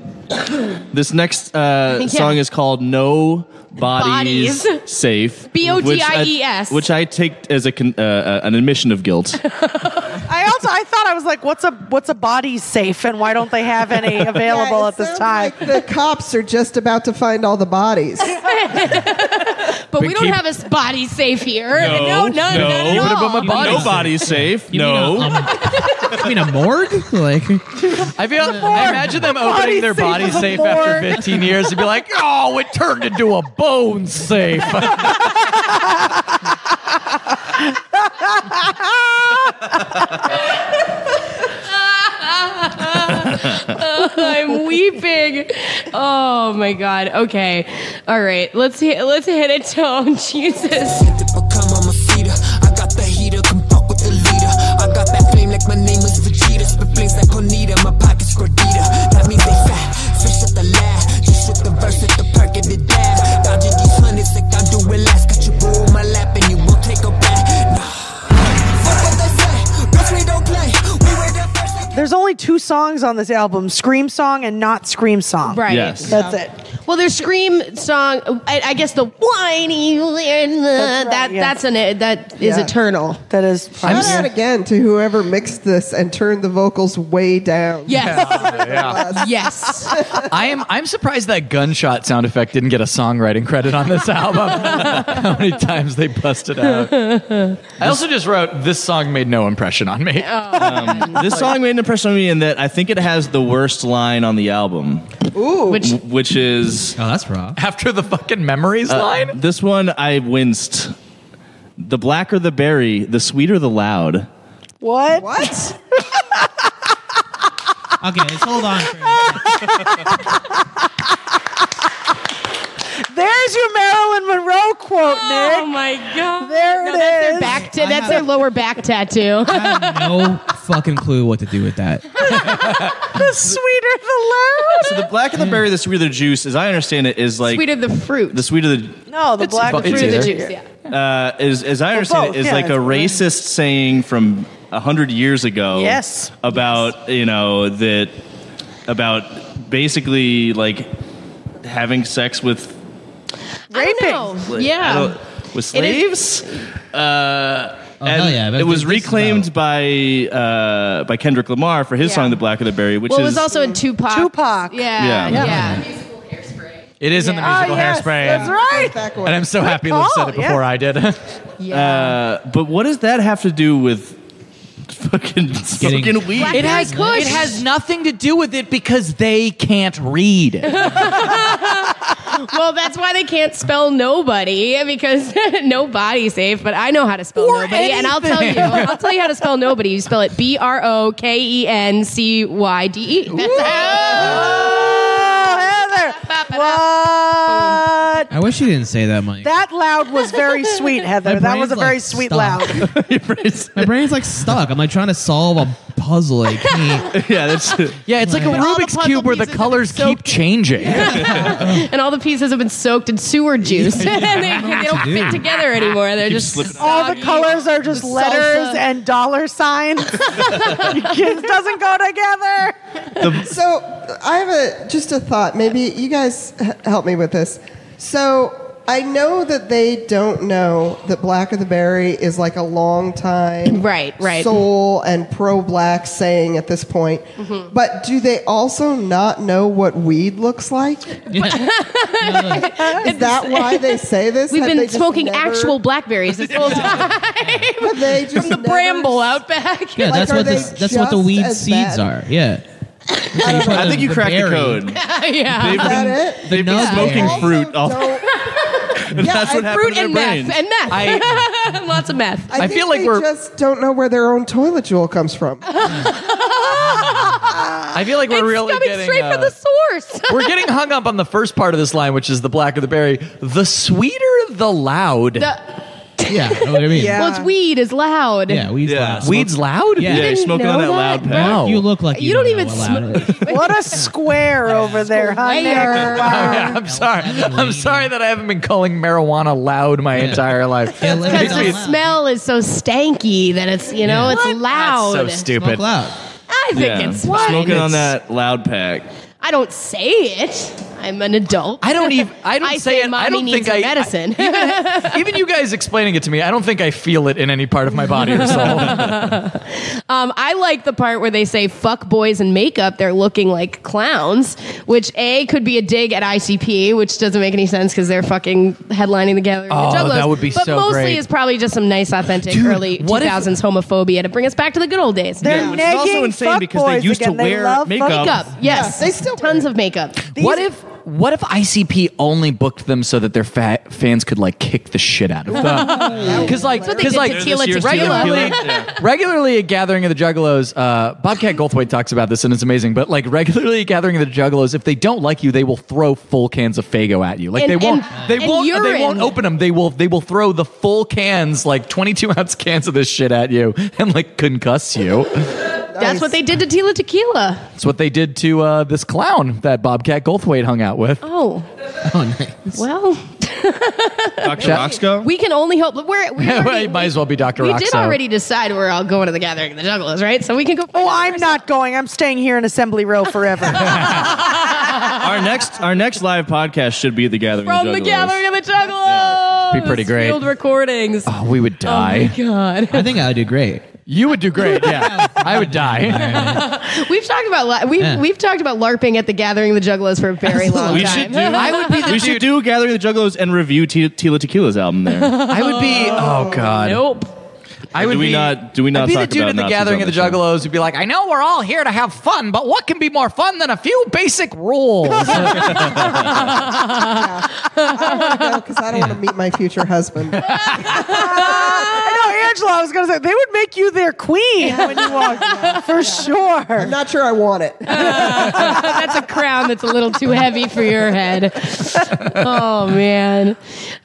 This next uh, song is called "No Bodies,
Bodies.
Safe."
B O D I E S.
which I- Which I take as a con- uh, uh, an admission of guilt.
[laughs] I also I thought I was like, what's a what's a body safe, and why don't they have [laughs] any available
Yeah, it
at this
sounds
time?
like the cops are just about to find all the
[laughs]
bodies.
but we don't
keep-
have a body safe here. no, none,
no.
none at
What
all.
my body?
Nobody's safe.
You
no.
Mean a, um, you mean a morgue? [laughs] Oh, Like,
I feel. I imagine them opening their
Body
body
safe
safe
is a
after
morgue.
15 years and be like, "Oh, it turned into a bone
[laughs]
safe."
[laughs] I'm weeping. Oh my god. Okay. All right. Let's hit, let's hit a [laughs] tone. Jesus.
Become I'm a feeder. I got the heater, come fuck with the leader. I got that flame like my name is Vegeta. Spit flames like Cornita, my pockets Gordita. That means they fat, fish at the lab. Just with the verse at the perk of the dab. Dodging these hundreds like I'm doing last. Got your boo on my lap and you won't take a back. Nah. Fuck what they say, bitch, we don't play. We were the first to
There's only two songs on this album: Scream Song and Not Scream Song.
Right.
Yes.
That's it.
Well, their scream song. I, I guess the whiny. That's
right,
that
yeah.
that's an that is
Yeah.
eternal.
That is.
Shout out again to whoever mixed this and turned the vocals way down.
Yes.
yeah.
[laughs] Yes.
[laughs] I am. I'm surprised that gunshot sound effect didn't get a songwriting credit on this album. [laughs] How many times they busted out? I also just wrote this song made no impression on me.
This song made an impression on me in that I think it has the worst line on the album,
Which
which is
oh, that's raw.
After the fucking memories line.
this one I winced. The blacker the berry, the sweeter
[laughs]
the loud.
What?
What?
Okay, let's hold on. For a minute.
There's your Marilyn Monroe quote,
Oh
Nick.
my god.
There
no,
it
that's
is.
Their back ta-
I
that's
have-
their lower back tattoo.
I have no fucking clue what to do with that.
The sweeter the
So the blacker the berry, the sweeter the juice, as I understand it, is like
Sweeter the fruit.
the sweeter the
loud. No, the black.
it's
Fruit of the
either.
juice. Yeah.
uh, is as I understand
both,
it is
yeah,
like a
it's both.
racist saying from a hundred years ago.
Yes.
About you know that about basically like having sex with
I don't know.
I
Yeah.
don't- with
It
slaves. Uh,
Oh,
and
hell yeah. But
it
this
was
is
reclaimed
about-
by uh, by Kendrick Lamar for his
Yeah.
song "The Black of the Berry," which
Well, it
is
was also in Tupac.
Tupac.
Yeah.
Yeah.
Yeah.
It is in the
Yeah.
musical
Oh, yes,
hairspray.
That's right.
Back
And
away.
I'm so happy Liv said it
call, yeah.
before I [laughs] did.
Yeah.
uh, but what does that have to do with fucking smoking weed?
Black- It has- it has
nothing to do with it because they can't [laughs] read.
well, that's why they can't spell nobody because [laughs] nobody's safe. But I know how to spell nobody, and I'll tell you. I'll tell you how to spell nobody. You spell it B R O K E N C Y D E. That's
Oh, Heather. What?
I wish you didn't say that, Mike.
Uh, That loud was very sweet, Heather.
My
That was
brain's
a very
like,
sweet
stop.
loud.
[laughs] My brain's like stuck. I'm like trying to solve a puzzle. I [laughs] can't.
[laughs] yeah, that's
yeah, it's like a
all the
Rubik's
puzzle
cube where the
pieces
colors
are so [laughs]
keep changing.
[laughs] and all the pieces have been soaked in sewer
[laughs]
juice, [laughs] and they, they don't
to do.
fit together anymore. They're just
All the
soggy.
colors are just
The
letters
salsa.
and dollar signs.
[laughs]
it doesn't go together.
So I have a just a thought. Maybe you guys h- help me with this. So I know that they don't know that Black of the Berry is like a long time
Right, right.
soul and pro black saying at this point.
Mm-hmm.
But do they also not know what weed looks like?
[laughs]
Is that why they say this?
We've
Have they
been
just
smoking
never-
actual blackberries this whole time.
[laughs] have they just
From the
never-
bramble out back. [laughs]
[laughs] Yeah,
Like,
that's
are
what
they
this, that's what the
just
weed
as
seeds
bad?
are. Yeah.
[laughs]
I think you cracked the code.
yeah.
Is that it?
The
They've been
nut
smoking
berry.
fruit all
Don't-
And
Yeah,
that's what
I-
happened
Fruit
to their
and
brains.
meth. And meth. [laughs] Lots of meth.
I, think
feel like
they
we're-
just don't know where their own toilet jewel comes from.
I feel like we're
it's
really
coming
getting
straight
uh,
from the source. [laughs]
we're getting hung up on the first part of this line, which is the black of the berry. The sweeter the loud.
The-
Yeah, I know what I mean.
Yeah.
well, it's weed is loud.
yeah, we.
Yeah.
Weeds loud.
Yeah. You
Yeah, you're
didn't
smoking
know
on that,
that?
loud pack.
Wow.
You look like you,
You don't
know
even
what loud
[laughs]
it is.
What a square over there, huh?
Square.
Nick?
Oh, yeah, [laughs] I'm sorry. I'm sorry that I haven't been calling marijuana loud my entire life.
Yeah, let
Because
it be
the
loud.
smell is so stanky that it's you know it's loud.
So stupid.
Smoke loud.
I think
Yeah.
it's fine.
Smoking on that loud pack.
I don't say it. I'm an adult.
I don't even. I don't
I
say, it.
Mommy
I don't
needs
think
her
I.
medicine.
[laughs] Even you guys explaining it to me, I don't think I feel it in any part of my body or
[laughs]
soul.
[laughs] Um, I like the part where they say fuck boys in makeup. They're looking like clowns, which A could be a dig at ICP, which doesn't make any sense because they're fucking headlining the gallery.
Oh,
of the Juggalos.
that would be
but
so
mostly
great.
is probably just some nice, authentic
Dude,
early
what if-
2000s homophobia to bring us back to the good old days.
They're
Yeah, which is
nagging
also insane because they
fuckboys
used to
again. They
wear
love
makeup.
fuck-
[laughs]
Makeup, yes.
Yeah, they still wear
tons of makeup.
what if? What if ICP only booked them so that their fa- fans could like kick the shit out
[laughs]
of them? Because like,
what they
because
did
like
to Tequila
regularly,
Tequila. [laughs]
regularly at Gathering of the Juggalos, uh, Bobcat Goldthwait talks about this and it's amazing. But like regularly at Gathering of the Juggalos, if they don't like you, they will throw full cans of Fago at you. Like
And-
they won't,
and-
they
and
won't, they
urine.
won't open them. They will, they will throw the full cans, like twenty-two [laughs] ounce cans of this shit at you, and like concuss you.
That's what they did to Tila Tequila.
That's what they did to uh, this clown that Bobcat Goldthwait hung out with. [laughs]
Oh,
Oh, nice.
well,
Dr. Roxco?
we can only hope. We're, we already,
Might as [laughs] well be Dr.
we
Roxo.
did already decide we're all going to the gathering of the juggalos, right? So we can go.
Oh, I'm not going. I'm staying here in Assembly Row
[laughs]
forever.
our next our next live podcast should be the gathering. of
from the
Juggalos.
gathering of the juggalos.
Be pretty great.
Field recordings. Oh,
Oh, we would die.
God,
I think I would do great.
you would do great. Yeah, I would die.
we've talked about la- we've
Yeah.
we've talked about larping at the gathering of the juggalos for a very long
We
time.
should
[laughs]
do. I would be the we should do gathering of the Juggalos and review Te- Tila Tequila's album
[laughs]
there.
I
[laughs]
would be. Oh God.
Nope.
I
Or
would
do we
be,
not- do we not
I'd be
talk
the dude
about
at the
Nazis
gathering
on
of the
this show?
juggalos who'd be like, I know we're all here to have fun, but what can be more fun than a few basic rules?
Oh because I don't want to meet my future husband.
[laughs] I know, Angela. I was gonna say they would make you their queen when you walked, for sure.
I'm not sure I want it. [laughs]
Oh, That's a crown that's a little too heavy for your
[laughs]
head. Oh man.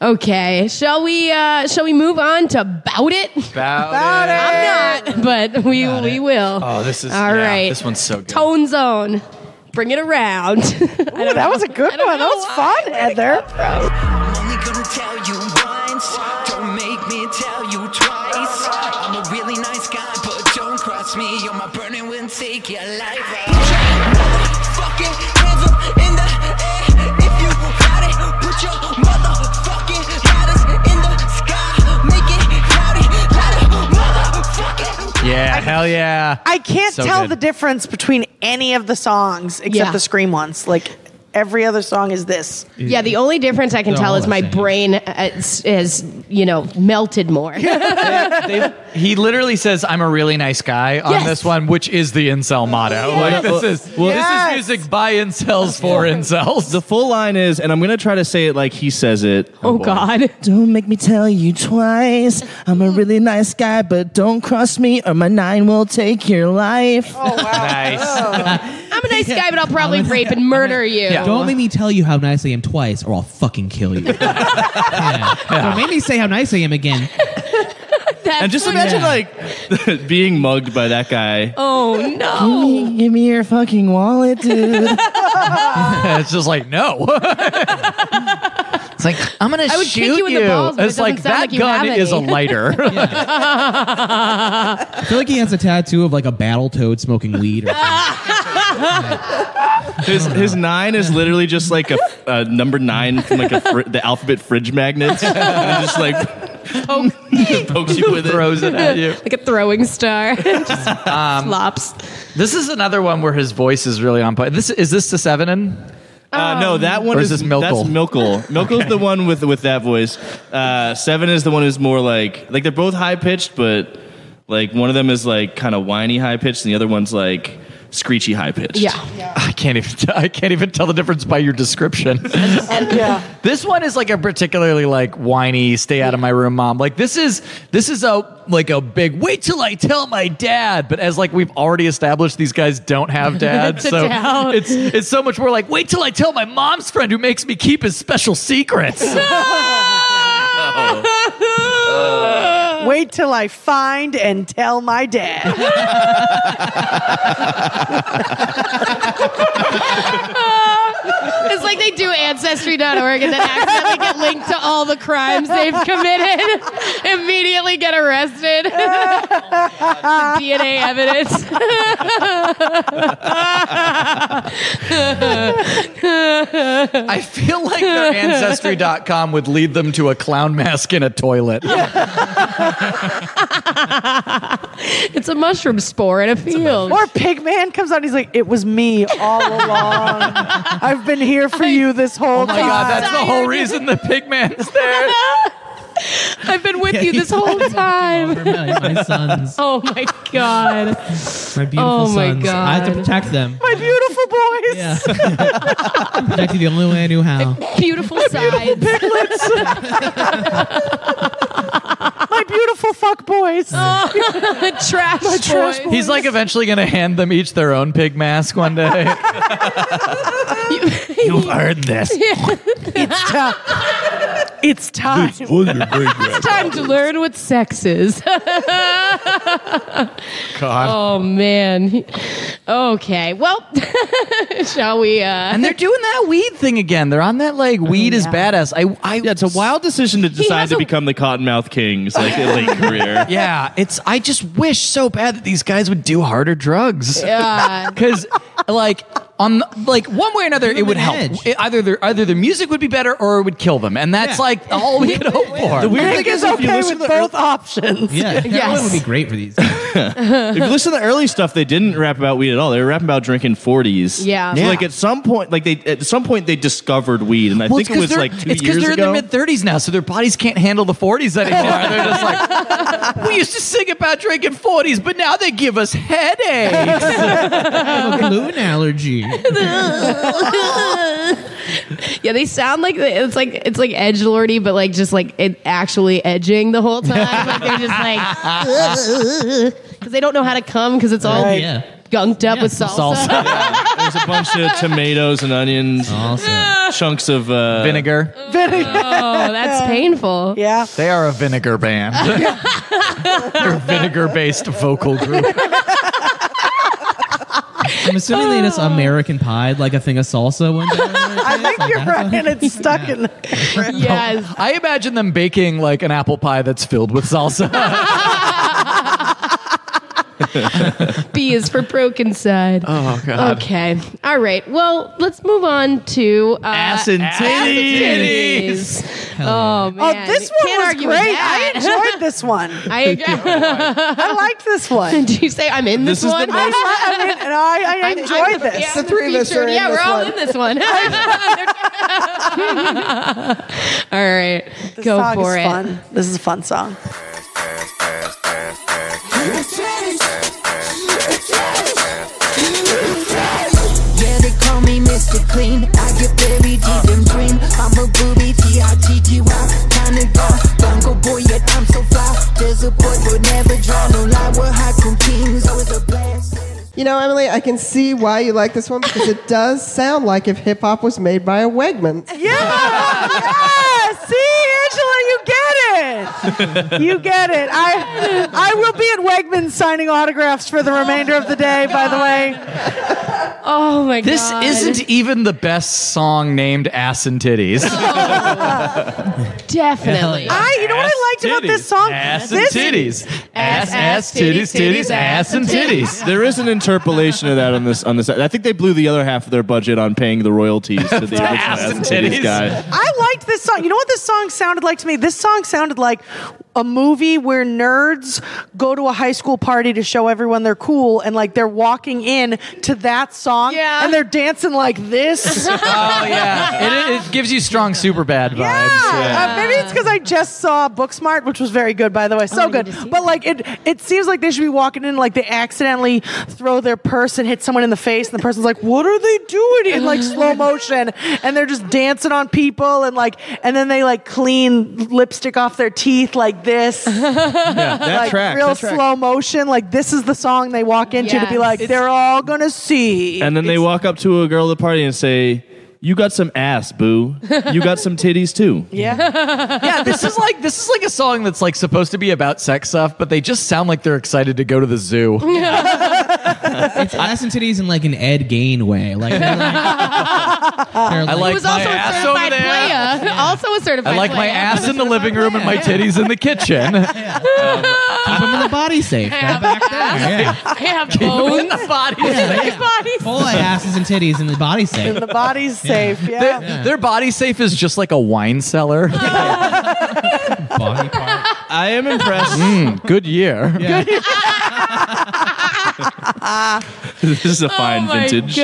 Okay. Shall we uh shall we move on to about it?
About
I'm not, [laughs] but we we will.
Oh, this is-
all right.
yeah, this one's so good.
Tone zone. Bring it around. [laughs]
Ooh, that was a good
don't
one. That
know
was
why.
fun, Heather.
I'm only gonna tell you once. Don't make me tell you twice. I'm a really nice guy, but don't cross me. You're my burning wind, take your life out. Motherfucking hands up in the air. If you got it, put your motherfucking lighters in the sky. Make it cloudy, light a motherfucking
Yeah, hell yeah.
I can't
So
tell
good.
the difference between any of the songs except
Yeah.
the Scream ones. Like every other song is this.
Yeah, the only difference I can
They're
tell
all
is
the
my
same.
brain has, has, you know, melted more.
They- he literally says, "I'm a really nice guy" on
Yes.
this one, which is the incel motto. Like this is
Yes.
this is music by incels for incels.
The full line is, and I'm gonna try to say it like he says it.
[laughs] oh,
boy.
God.
Don't make me tell you twice. I'm a really nice guy, but don't cross me or my nine will take your life.
Nice.
I'm a nice guy, but I'll probably rape and murder you.
Don't make me tell you how nice I am twice, or I'll fucking kill you. [laughs] yeah. Don't make me say how nice I am again.
That's
And just
what-
imagine
Yeah.
like [laughs] being mugged by that guy.
[laughs] Oh,
[laughs]
no.
Give me- Give me your fucking wallet, dude.
it's just like no. [laughs] it's like I'm gonna
I would kick
shoot
you in the balls, but it
it's like
doesn't sound
that
like you
gun
have
is a
any.
lighter. [laughs]
I feel like he has a tattoo of like a battle toad smoking weed.
[laughs]
Or something.
His his nine is literally just like a, a number nine from like a fr- the alphabet fridge magnets. And it just like [laughs] pokes you with it.
throws it at you.
Like a throwing star. [laughs] just flops.
[laughs] This is another one where his voice is really on point. This is this the Sevenin?
Uh, no, that one
Or
is,
is this Milkel?
That's Milkel. Milkel's the one with with that voice. Uh, seven is the one who's more like like they're both high pitched, but like one of them is like kind of whiny high pitched, and the other one's like screechy high pitched.
Yeah.
I can't even [laughs] t- I can't even tell the difference by
[laughs]
your description. [laughs]
yeah.
this one is like a particularly like whiny stay out of my room mom. Like this is this is a like a big wait till I tell my dad, but as like we've already established these guys don't
[laughs]
have dads.
To
so
doubt.
it's it's so much more like wait till I tell my mom's friend who makes me keep his
[laughs]
special secrets.
Wait till I find and tell my dad.
It's like they do ancestry.org and then accidentally get linked to all the crimes they've committed, immediately get arrested. [laughs] The DNA evidence.
I feel like their ancestry.com would lead them to a clown mask in a toilet.
It's a mushroom spore in a field.
or Pigman comes out and he's like, it was me all
[laughs]
along. I've been here for you this whole
Oh my
time.
god, that's the whole reason the pig man's
[laughs]
there.
I've been with you this whole time.
my, my sons,
Oh my god.
my beautiful
Oh my
sons. I have to
God.
protect them.
my beautiful boys.
[laughs] Yeah. protect you the only way I
[laughs]
knew how.
Beautiful sides.
My beautiful fuck boys.
[laughs] trash.
trash
boys.
boy.
He's like eventually gonna hand them each their own pig mask one day.
You've earned this.
It's time. It's time.
Time to learn what sex is. [laughs]
God.
Oh man. Okay. Well, [laughs] shall we? Uh,
And they're doing that weed thing again. They're on that like weed is badass. I, I
Yeah, it's a wild decision to decide
has
to
a-
become the Cottonmouth Kings, like in late career.
Yeah, it's. I just wish so bad that these guys would do harder drugs. [laughs]
Yeah.
because like on the- like one way or another, it
them
would
an
help.
edge.
It- either their either the music would be better or it would kill them, and that's
Yeah.
like all we could hope for.
The weird
Nick
thing
is
is, if you
okay
listen
with
to the
both options.
Yeah, heroin
Yes.
would be great for these. guys.
if you listen to the early stuff, they didn't rap about weed at all. They were rapping about drinking forties.
Yeah.
So
Yeah.
like at some point, like they at some point they discovered weed, and I think it was like two
it's
years
they're
ago.
in their mid thirties now, so their bodies can't handle the forties [laughs] anymore. they're just like, we used to sing about drinking forties, but now they give us headaches.
I have a
[laughs]
gluten allergy.
yeah, they sound like it's like it's like edge lordy, but like just like it actually edging the whole time. Like they're just like [laughs] because they don't know how to come because it's all
Oh, Yeah.
gunked up with salsa.
There's a bunch of tomatoes and onions,
Awesome.
chunks of uh,
Vinegar.
Oh, that's painful.
[laughs] Yeah.
They are a vinegar [laughs] band. They're a vinegar-based vocal group.
I'm assuming they just American pie like a thing of salsa one day.
I think you're right. And it's stuck in the.
Yes.
I imagine them baking like an apple pie that's filled with salsa.
B is for broken side.
[laughs] oh god.
Okay. All right. Well, let's move on to uh,
ass and titties.
titties. Oh man.
Oh, this one
Can't
was
argue
great.
with
I
that.
enjoyed
[laughs]
this one.
I
I liked this one.
[laughs] Did you say I'm in this,
This is the
one?
I, li- I, mean, and I, I
I'm-
enjoyed
I'm
this.
yeah,
The
I'm
three of us
featured-
are in
Yeah,
this
we're all
one.
in this one. [laughs] [laughs] all right,
This
go
song
for
is
it.
fun. This is a fun song.
Yeah, they call me Mr. Clean. I get very deep and green. I'm a booby, T-I-T-T-Y. Kinda guy, bungle boy, yet I'm so fly. There's a boy who never dry. No lie, we're hot from kings. Always a blast.
You know, Emily, I can see why you like this one because it does sound like if hip hop was made by a Wegman.
Yeah. yeah. See, Angela, you get it. You get it. I I will be at Wegmans signing autographs for the remainder of the day, by the way.
Oh my
This
god,
isn't even the best song named Ass and
[laughs]
Titties.
definitely.
I you know what I liked about this song?
Ass and
this
titties. Ass, ass,
ass,
titties,
titties,
titties, ass and titties.
There is an interpolation of that on this on this. I think they blew the other half of their budget on paying the royalties to the original
Ass
[laughs] ass
and
and titties
titties.
guy.
I liked this song. You know what this song sounded like to me? This song sounded like a movie where nerds go to a high school party to show everyone they're cool, and like they're walking in to that song,
Yeah.
and they're dancing like this.
Oh yeah, it, it gives you strong super bad vibes.
Uh, maybe it's because I just saw Booksmart, which was very good, by the way, so good. But like it, it seems like they should be walking in like they accidentally throw their purse and hit someone in the face, and the person's like, "What are they doing?" in like slow motion, and they're just dancing on people, and like, and then they like clean lipstick off their teeth like this,
that
like
tracks,
real
that tracks.
slow motion. Like this is the song they walk into to be
Yes.
like, "They're all gonna see."
And then they walk up to a girl at the party and say, "You got some ass, boo. You got some titties too."
yeah, this is like this is like a song that's like supposed to be about sex stuff, but they just sound like they're excited to go to
[laughs]
the zoo.
It's ass and titties in like an Ed Gain way. Like, they're like, they're
I like
Who's also
my
a
ass over
certified
there.
player. Also a certified
I like my
player.
ass in the living room and my titties in the kitchen.
keep them in the body safe.
I have
They're back
ass.
there. Yeah.
[laughs] I have
[laughs] in
bones.
the
[laughs]
body.
Bodies.
Full of asses and titties in the body
[laughs]
safe.
the body's safe.
Their,
Yeah.
their body safe is just like a wine
[laughs]
cellar.
Body part.
[laughs] I am impressed.
Mm, good year.
[laughs] this is
Oh
a fine vintage.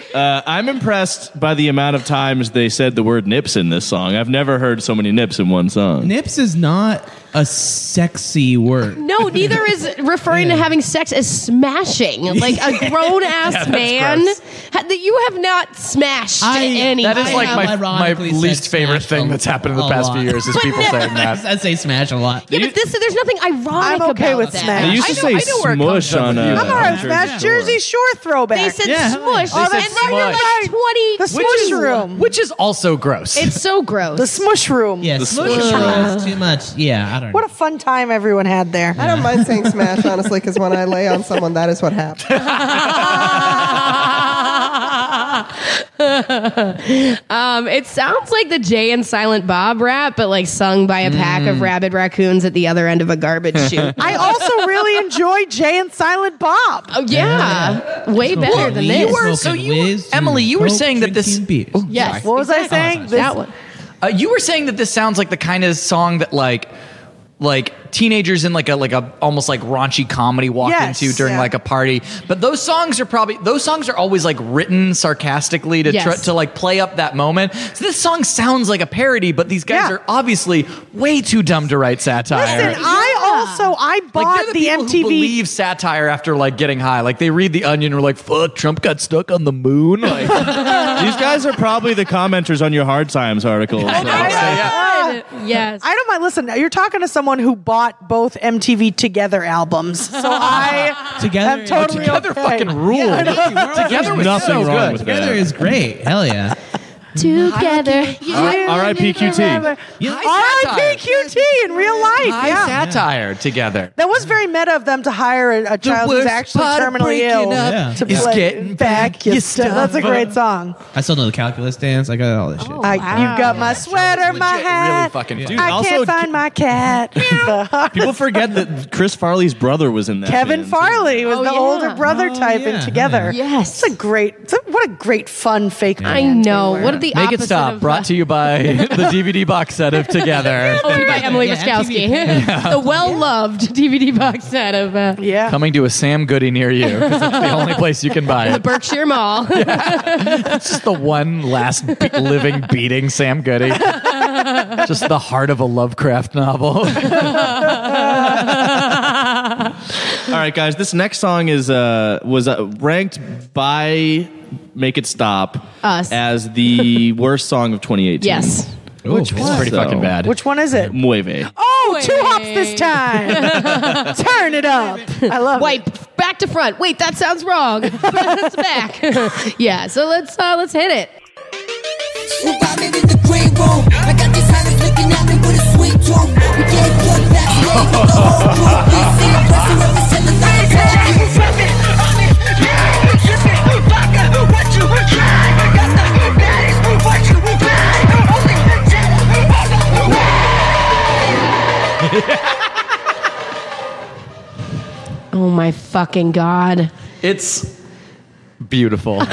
[laughs] Uh, I'm impressed by the amount of times they said the word nips in this song. I've never heard so many nips in one song.
Nips is not a sexy word.
No, neither is referring to having sex as smashing. Like a grown ass man
gross.
ha- that you have not smashed
I-
any.
That is
I
like
have
my, my
ironically said
least favorite
smash a-
thing that's happened in the
a
past few
[laughs]
lot.
years is people saying [laughs] that.
[laughs] I say smash a lot.
Yeah, but this there's nothing
I'm
ironic.
okay
about
with
that.
smash.
They used to
I know- I
say
know where it
smush
comes
on
from.
a.
I'm
I'm all
on
right with that Jersey Shore throwback.
They said
Yeah,
smush.
Oh,
They
and
said
then you're
smush.
like twenty.
The smush room.
Which is also gross.
It's so gross.
The smush room.
Yeah, smush is
smush.
too much. Yeah, I don't know.
What a fun time everyone had there.
I don't mind saying smash, honestly, because when I lay on someone, that is what happens.
[laughs] um, it sounds like the Jay and Silent Bob rap, but like sung by a pack of rabid raccoons at the other end of a garbage chute.
I also
[laughs]
really enjoy Jay and Silent Bob.
oh yeah, way better than
Weed,
this.
smoking
so you were-
whiz,
Emily, you were
coke,
saying that this-
drinking beers.
Yes.
What was I saying? This-
that one.
Uh, you were saying that this sounds like the kind of song that like like teenagers in like a like a almost like raunchy comedy walk
Yes.
into during
Yeah.
like a party. But those songs are probably those songs are always like written sarcastically to
Yes.
try to like play up that moment. So this song sounds like a parody, but these guys
Yeah.
are obviously way too dumb to write satire.
Listen, I also I
like
bought
they're the,
the,
people who
MTV.
believe satire after like getting high. Like they read the Onion, and are like, "Fuck, Trump got stuck on the moon." Like,
These guys are probably the commenters on your hard times article.
[laughs]
Oh,
I,
So.
Yes.
I don't mind. Listen, you're talking to someone who bought both MTV Together albums,
[laughs]
so I
Together-
am totally
together
okay.
fucking rule. together was
Nothing
so
wrong
good.
with
Together
that.
is great. Hell yeah.
Together.
R.I.P. QT.
R.I.P. QT in real life.
High
yeah.
satire together.
That was very meta of them to hire a, a child who's
worst
actually
part of
terminally
breaking
ill
up
Yeah.
to
is
play
getting back
your
your
stuff. That's a
stuff.
great song.
I still know the calculus dance. I got all this shit.
Oh,
I, You got my sweater, my
Legit, really
hat.
fucking fun.
Dude,
I
also,
can't find my cat. [laughs] The hard-
people forget that Chris Farley's brother was in that.
Kevin
band, too.
Farley was
Oh,
the
yeah.
older brother
Oh,
type
yeah.
in Together.
Yes.
It's a great, it's a, what a great fun fake
I
band they
know.
were.
What are the
Make
opposite
it stop.
of uh,
Brought to you by the DVD box set of Together.
Recorded Oh, by Emily
Yeah,
[laughs]
Wiskowski.
MTV.
the well-loved DVD box set of uh,
Yeah.
Coming to a Sam Goody near you. 'cause It's the only place you can buy
the
it.
Berkshire
[laughs]
Mall.
It's just the one last be- living beating Sam Goody. just the heart of a Lovecraft novel. [laughs]
All right, guys. This next song is uh, was uh, ranked by Make It Stop
Us.
as the worst song of 2018.
yes.
It's
Which
pretty
So-
fucking bad.
Which one is it?
Mueve.
Oh, two
Wait.
hops this time.
[laughs]
Turn it up. I love it.
Wipe back to front. Wait, that sounds wrong. [laughs] Front to back. [laughs] yeah. So let's uh, let's hit it.
We vibing in the green room. I got these hunters looking at me with a sweet tooth. We get good back today with the whole group. We see a blessing of the sellers on the
Oh my fucking god.
It's Beautiful.
Yeah,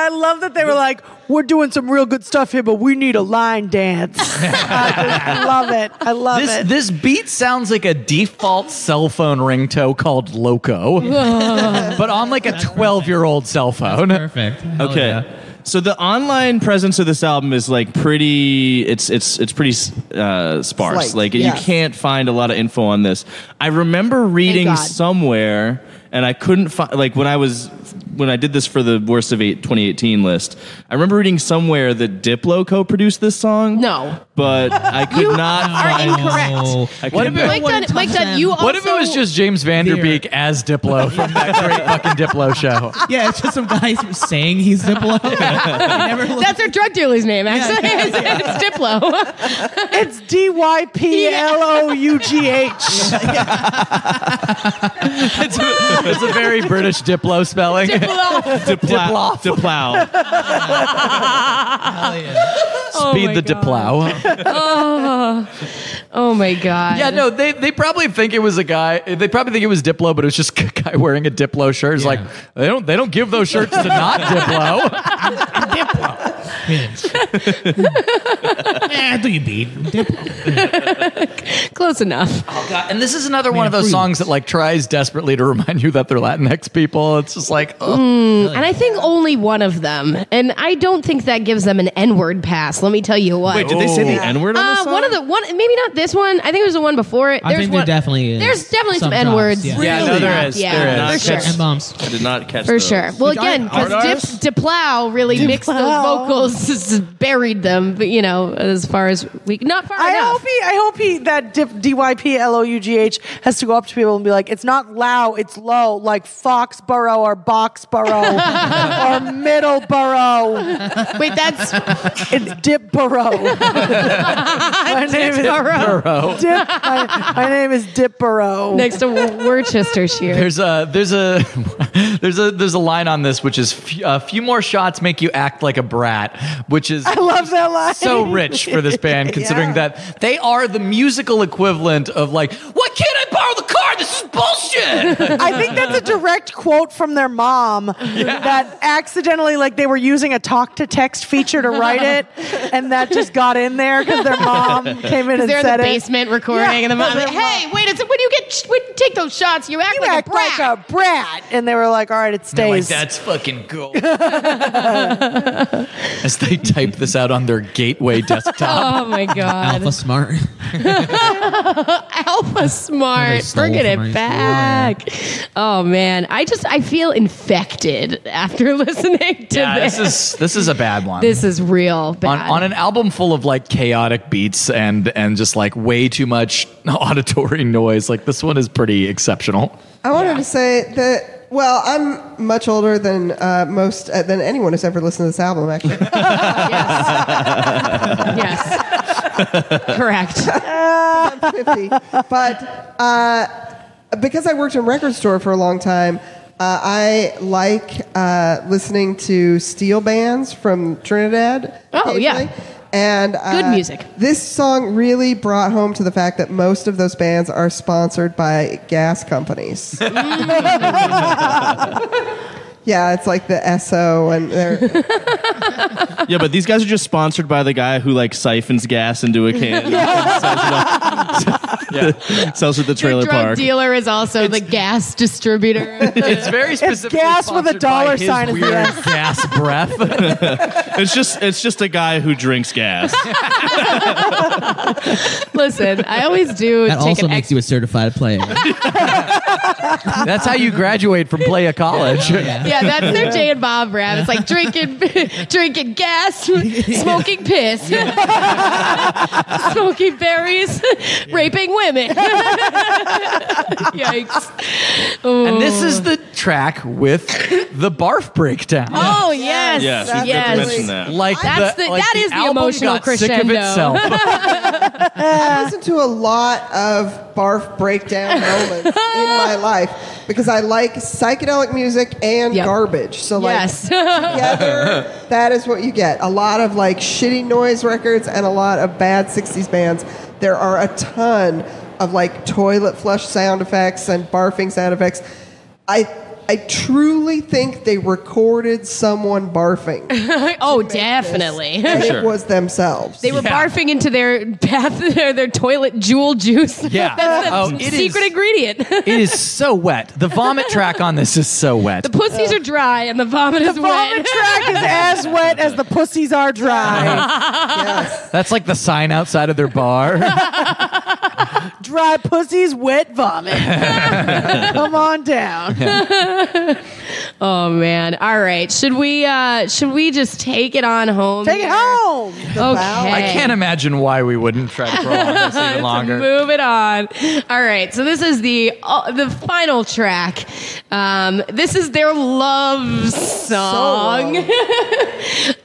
I love that they were like, we're doing some real good stuff here, but we need a line dance. I just love it. I love
this
it.
this beat sounds like a default cell phone ringtone called Loco, but on like a twelve year old cell phone.
Perfect. Hell
Okay.
yeah.
So the online presence of this album is like pretty. It's it's it's pretty uh, sparse.
Slight,
like
yeah.
you can't find a lot of info on this. I remember reading
God.
somewhere, and I couldn't find. Like when I was when I did this for the worst of eight, 2018 list, I remember reading somewhere that Diplo co-produced this song.
No. [laughs]
but I could not.
are
find,
incorrect.
Oh.
I could
What if it-
Mike Dunn, Mike Dunn, you also.
What if it was just James Vanderbeek as [laughs] Diplo from that great fucking Diplo show?
Yeah, it's just some guy saying he's [laughs] Diplo. I never looked-
That's our drug dealer's name, actually. [laughs] it's, it's Diplo.
It's D Y P L O U G H.
[laughs] It's, it's a very British Diplo
[laughs]
spelling. [laughs]
Diplow. Diplow.
Hell yeah.
Speed the Diplow.
Oh my god.
Yeah, no, they they probably think it was a guy. They probably think it was Diplo, but it was just a guy wearing a Diplo shirt. It's
Yeah.
like they don't they don't give those shirts to [laughs] not Diplo.
Eh, do you beat Diplo?
Close enough.
and this is another one of those songs that like tries desperately to remind you that they're Latinx people. It's just like ugh.
And I think only one of them. And I don't think that gives them an N-word pass. Let me tell you what.
Wait, did they say the N word on this
uh,
song?
one of the one, maybe not this one. I think it was the one before it.
I think there
one,
definitely is
There's definitely some,
some
N
drops,
words.
yeah.
Yeah, no, there is,
Yeah,
there
is.
for
And
sure.
bombs.
I did not catch.
For
those.
sure. Well, again, because
Artists?
Dip, Diplow really mixed those
Diplow.
vocals, [laughs] just buried them. But you know, as far as we not far
I
enough.
hope he, I hope he, that dip, D-Y-P-L-O-U-G-H has to go up to people and be like, it's not low, it's low, like Foxborough or
[laughs]
Boxborough or Middleborough.
Wait,
[laughs]
that's
It's
[laughs]
Dipborough. my name is Dip, my, my name is Dipborough.
next to Worcestershire.
There's a there's a [laughs] there's a there's a line on this which is f- a few more shots make you act like a brat, which is
I love that line.
so rich for this band considering
[laughs] Yeah.
that they are the musical equivalent of like why can't I borrow the car? This
[laughs]
is bullshit.
I think that's a direct quote from their mom that accidentally, like, they were using a talk to text feature to write it, and that just got in there because their
[laughs]
mom came in and
They're in the
said it.
basement recording,
Yeah.
and
[laughs]
the mom, like,
Their mom-
"Hey, wait, it's when you get when you take those shots, you act
You
like
act
a brat."
like
[laughs]
a brat, and they were like, "All right, it stays."
fucking gold. [laughs] As they type this out on
[laughs]
their gateway desktop.
Oh my god,
Alpha smart.
Alpha
They
Smart,
stole
bringing
from my
it
school,
back. Oh man, I just I feel infected after [laughs] listening to
yeah,
this.
this is this is a bad one.
This is real
on,
bad.
on an album full of like chaotic beats and and just like way too much [laughs] auditory noise, like this one is pretty exceptional.
I wanted to say that. Well, I'm much older than uh, most uh, than anyone who's ever listened to this album. Actually,
yes,
[laughs]
correct.
I'm 50, but uh, because I worked in record store for a long time, uh, I like uh, listening to steel bands from Trinidad.
Oh, yeah.
occasionally. And uh,
Good music.
This song really brought home to the fact that most of those bands are sponsored by gas companies.
Mm. [laughs]
[laughs] yeah, it's like the SO and they're.
Yeah, but these guys are just sponsored by the guy who like siphons gas into a can,
[laughs]
[laughs] sells it at the
Your
trailer
drug
park.
dealer is also the gas distributor. [laughs]
It's very specifically
gas with a
sponsored by
dollar
his
sign at the
weird
end.
gas breath.
It's just it's just a guy who
[laughs]
drinks gas.
Listen, I always do
That
take
also
an
makes you a
[laughs]
certified
[laughs]
player.
That's how you graduate from play at college.
Yeah, that's their Jay and Bob rap. It's like drinking, [laughs] drinking
[laughs]
gas, smoking piss, [laughs] smoking berries, [laughs] raping women. [laughs] Yikes! Oh,
[laughs] And this is the track with the barf breakdown.
oh yes,
Yes, we forgot to mention that.
Like
That's the- that is the
album
emotional
got sick of
crescendo.
itself.
[laughs]
I listened to a lot of barf
[laughs]
breakdown moments in my life because I like psychedelic music and
Yep.
garbage. So like
Yes. [laughs]
together, that is what you get. A lot of like shitty noise records and a lot of bad 60s bands. There are a ton of like toilet flush sound effects and barfing sound effects. I I truly think they recorded someone
[laughs]
barfing.
oh, definitely.
And it was
[laughs]
themselves.
They were barfing into their bath, [laughs] their, their toilet jewel juice.
Yeah.
[laughs] that's the
Oh, it
secret
is-
ingredient. [laughs]
It is so wet. The vomit track on this is so wet.
the pussies are dry and the vomit is
Vomit
wet.
track is as wet as the pussies are dry.
That's like the sign outside of their
[laughs]
bar.
dry pussies, wet
[laughs]
vomit. Come on down.
oh man! All right, should we uh should we just take it on home?
Take it
here?
home.
Okay.
I can't imagine why we wouldn't try to prolong
[laughs]
this even longer.
Move it on. All right. So this is the uh, the final track. Um, this is their love song.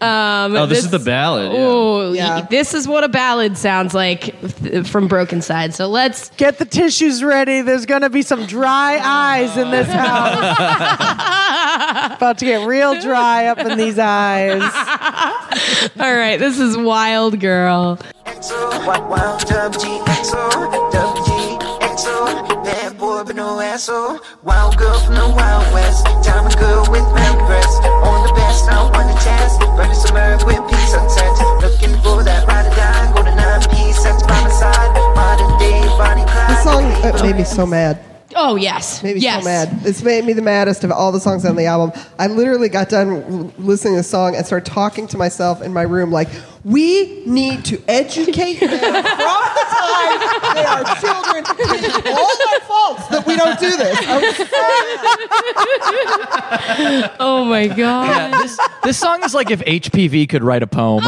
um,
Oh, this, is the ballad. yeah.
Oh,
Yeah.
this is what a ballad sounds like f- from Broken Side. So let's
Get the tissues ready. There's going to be some dry eyes in this
[laughs]
house. About to get real dry up in these eyes.
All right, this is Wild Girl.
Bad boy, but no asshole. Wild girl from the Wild West. Diamond girl with regrets. On the best, I want to test. Burning some earth with peace sunsets. Looking for that ride or die. Go to nine piece, that's by my side. Modern day, Bonnie Clyde.
This song uh, made me so mad.
Oh yes,
Made me
yes.
so mad. This made me the maddest of all the songs on the album. I literally got done l- listening to the song and started talking to myself in my room like, we need to educate them from the time they are children. It's all their faults that we don't do this. I was
Oh my god.
Yeah, this, this song is like if HPV could write a poem.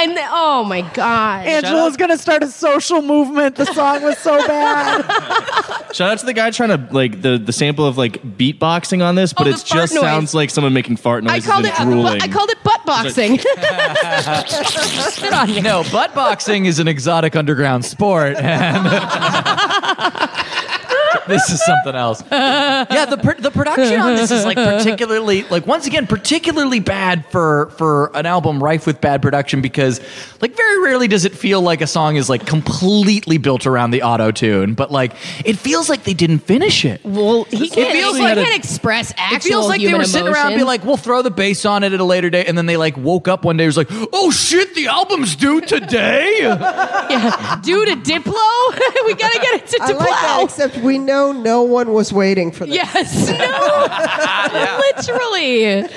And the, oh my god.
Angela's going to start a social movement. The song was
[laughs]
so bad.
Shout out to the guy trying to like the, the sample of like beatboxing on this, but
Oh, the
it
fart
just
noise.
sounds like someone making fart
I
noises
called
and
it
drooling.
I called it butt boxing. Good on you.
No, butt boxing is an exotic underground sport, and [laughs] this is something else. Yeah, the pr- the production on this is like particularly like once again particularly bad for for an album rife with bad production because like very rarely does it feel like a song is like completely built around the auto tune, but like it feels like they didn't finish it.
Well, he can't,
feels
he
like-
can't express actual
It feels like they
human
were sitting around, and be
emotion.
like, "We'll throw the bass on it at a later date," and then they like woke up one day, and was like, "Oh shit, the album's due today."
[laughs] yeah, due to
[laughs]
Diplo, we gotta get it to
I
Diplo.
like that, except we know no one was waiting for this.
Yes.
[laughs]
No. Literally.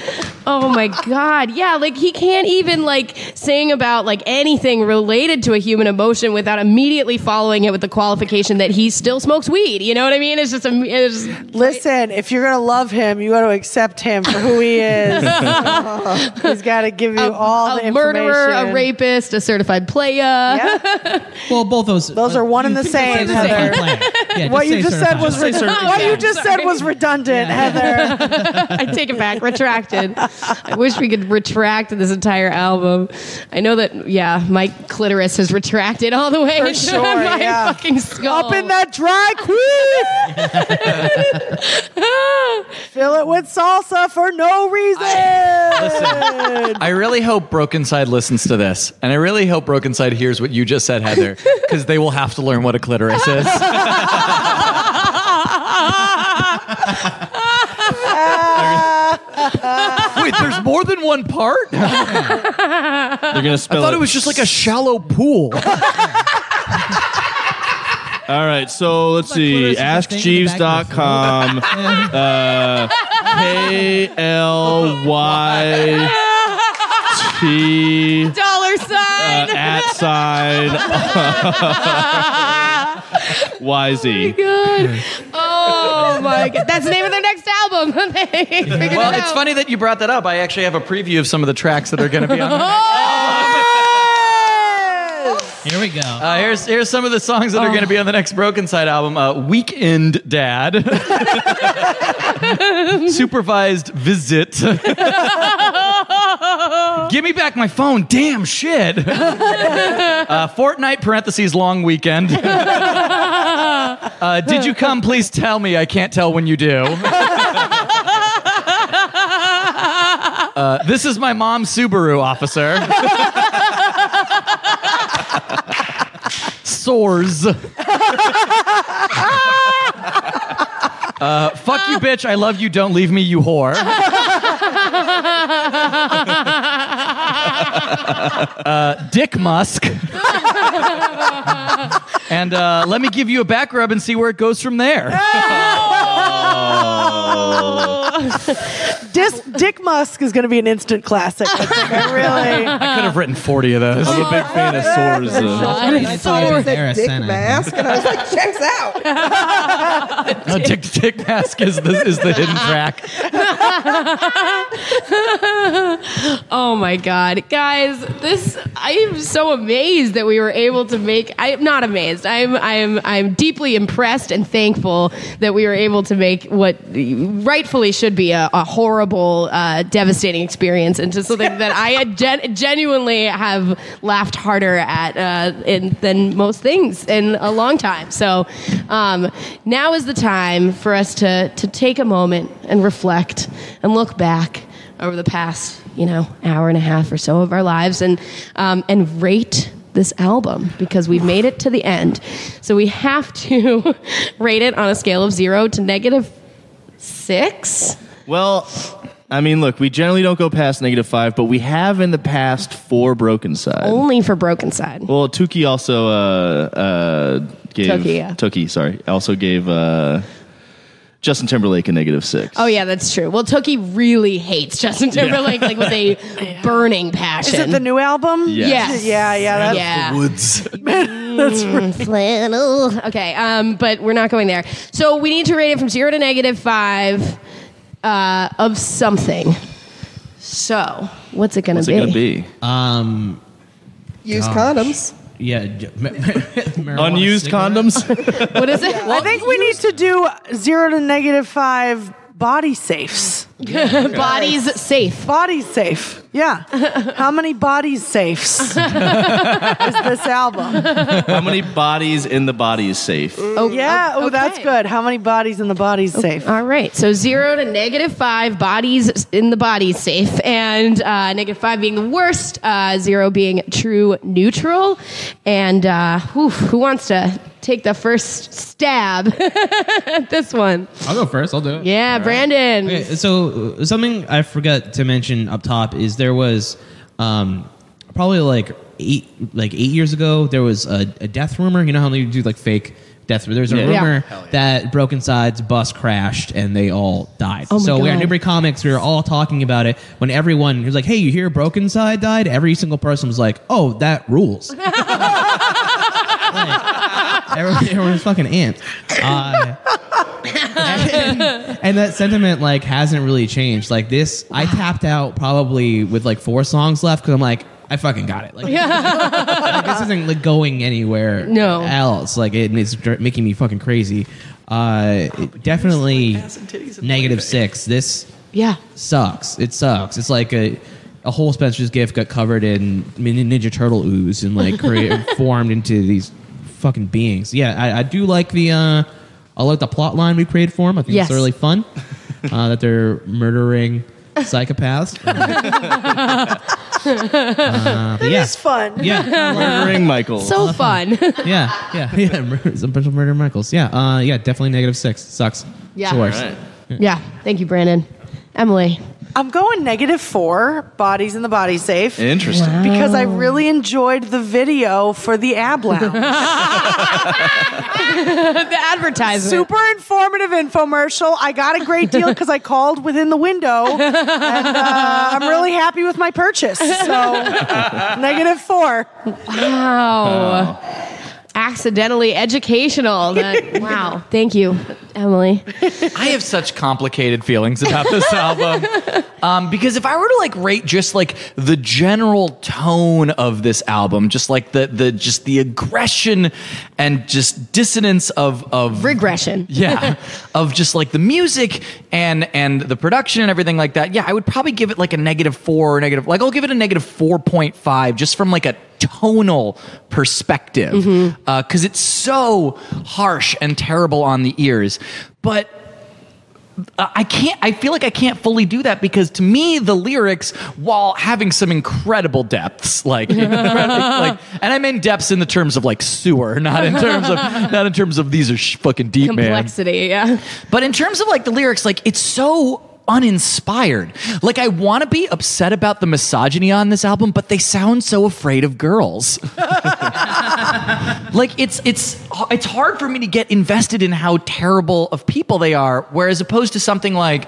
Oh my god. Yeah, like he can't even like sing about like anything related to a human emotion without immediately following it with the qualification that he still smokes weed. You know what I mean? It's just a it's just-
Listen, if you're going to love him, you got to accept him for who he
[laughs]
is. He's got to give you all the
a
information.
murderer, a rapist, a certified player.
Yeah.
Well, both those. uh,
Those are one and the same, Heather. What you just said was
reserved.
redundant. What you just said
Sorry.
was redundant,
[laughs]
Heather.
[laughs] I take it back. Retracted. I wish we could retract this entire album. I know that, yeah, my clitoris has retracted all the way
For
into
sure,
my
yeah.
fucking skull.
Up in that dry queen. Fill it with salsa for no reason.
[laughs] I really hope Broken Side listens to this, and I really hope Broken Side hears what you just
[laughs]
said, Heather, because they will have to learn what a clitoris is. They're gonna- Wait, there's more than one part? [laughs] I
They're gonna spell
thought it was just like a shallow pool.
All right, so let's see.
Clueless is the thing in the back of the
AskJeeves.com.
[laughs]
uh, K L Y T uh,
Dollar sign.
at [laughs] sign Y Z.
[laughs] Good. Oh my god. That's the name of their next album. [laughs] They figured it
Well,
out.
it's funny that you brought that up. I actually have a preview of some of the tracks that are going to be on.
[laughs]
the next-
Oh!
Here we go.
Uh, here's here's some of the songs that are going to be on the next Broken Side album. Uh, Weekend Dad, [laughs] Supervised Visit, [laughs] Give me back my phone. Damn shit. [laughs] uh, Fortnite parentheses long weekend. [laughs] uh, did you come? Please tell me. I can't tell when you do. [laughs] Uh, this is my mom's Subaru officer. [laughs] Uh, Sores. Uh, fuck you, bitch. I love you. Don't leave me, you whore. Uh, Dick Musk. and uh, let me give you a back rub and see where it goes from there.
[laughs]
Oh Uh,
Dis- Dick Musk is going to be an instant
[laughs]
classic. I think. I really.
I could have written 40 of those.
I'm a big fan of Sora's. uh,
I thought it was
That dick mask, and I was like, checks out.
No, Dick Dick Mask is the, is the hidden track.
Oh my god, guys! This I am so amazed that we were able to make. I am not amazed. I'm I'm I'm deeply impressed and thankful that we were able to make what rightfully should be a, a horrible, uh, devastating experience into something that I had gen- genuinely have laughed harder at uh, in, than most things in a long time. So um, now is the time for us to to take a moment and reflect and look back over the past you know hour and a half or so of our lives and um, and rate this album because we've made it to the end so we have to [laughs] rate it on a scale of zero to negative six
Well, I mean, look, we generally don't go past negative five, but we have in the past four broken side.
only for broken side
Well, Tuki also uh, uh, gave
Tuki, yeah.
Tuki, sorry, also gave uh, Justin Timberlake a negative six.
oh yeah that's true well toki really hates justin timberlake like
[laughs]
with a burning passion
Is it the new album?
Yes.
Yeah, yeah. That's,
yeah
Woods.
flannel. Okay, um, but we're not going there. So we need to rate it from zero to negative five uh, of something. So what's it gonna
What's
be?
it gonna be?
Um,
Use
Gosh.
condoms.
yeah. j- ma- [laughs] marijuana
Unused
cigarette?
condoms.
What is it?
I think we need to do zero to negative five body safes.
Bodies safe.
Body safe.
[laughs]
Yeah. How many bodies safes is this album?
[laughs] How many bodies in the body is
[laughs]
safe?
Yeah. Oh, that's
okay.
good. How many bodies in the body's safe?
All right, so zero to negative five, bodies in the body safe, and uh, negative five being the worst, uh, zero being true neutral. And uh, whew, who wants to take the first stab [laughs] at this one?
I'll go first. I'll do it.
Yeah, Brandon.
Okay, so uh, something I forgot to mention up top is there was um, probably like eight like eight years ago there was a, a death rumor. You know how they do like fake death rumor. There's a
Yeah.
rumor that Broken Side's bus crashed and they all died. so we were at
Oh God.
Newbury Comics. We were all talking about it when everyone was like, "Hey, you hear Broken Side died?" Every single person was like, "Oh,
[laughs]
that rules." Everyone, everyone's fucking amped. Uh, and, and that sentiment like hasn't really changed. Like this, I tapped out probably with like four songs left because I'm like, I fucking got it. Like, like, this isn't like going anywhere.
No.
else. Like it, it's dr- making me fucking crazy. Uh, definitely negative six. This
Yeah.
sucks. It sucks. It's like a a whole Spencer's gift got covered in Min- Ninja Turtle ooze and like
[laughs]
created, formed into these fucking beings. Yeah, I, I do like the uh, I like the plot line we created for them. I think
Yes.
it's
[laughs]
really fun uh, that they're murdering
[laughs]
psychopaths. Uh, but yeah.
It's fun.
Yeah,
Murdering Michael.
So fun. [laughs]
yeah, yeah, [laughs] yeah. It's a bunch of murder Michaels. Yeah, uh, yeah, definitely negative six. Sucks.
Yeah.
It's the worst.
Yeah. Thank you, Brandon. Emily.
I'm going negative four bodies in the body safe.
Interesting.
because I really enjoyed the video for the Ab Lounge.
The advertiser.
Super informative infomercial. I got a great deal because I called within the window, and uh, I'm really happy with my purchase. So negative four.
Wow. Accidentally [laughs] educational. That- wow. Thank you, Emily.
I have such complicated feelings about this album. Um, because if I were to like rate just like the general tone of this album, just like the the just the aggression and just dissonance of of
Regression.
[laughs] yeah of just like the music and and the production and everything like that yeah i would probably give it like a negative four or negative like i'll give it a negative 4.5 just from like a tonal perspective Uh, because it's so harsh and terrible on the ears but uh, I can't. I feel like I can't fully do that because to me, the lyrics, while having some incredible depths, like, [laughs] incredible- like, and I mean depths in the terms of like sewer, not in terms of not in terms of these are sh- fucking deep,
[laughs]
man.
complexity. Yeah.
But in terms of like the lyrics, like it's so uninspired. Like I want to be upset about the misogyny on this album, but they sound so afraid of girls. [laughs] like it's it's it's hard for me to get invested in how terrible of people they are whereas opposed to something like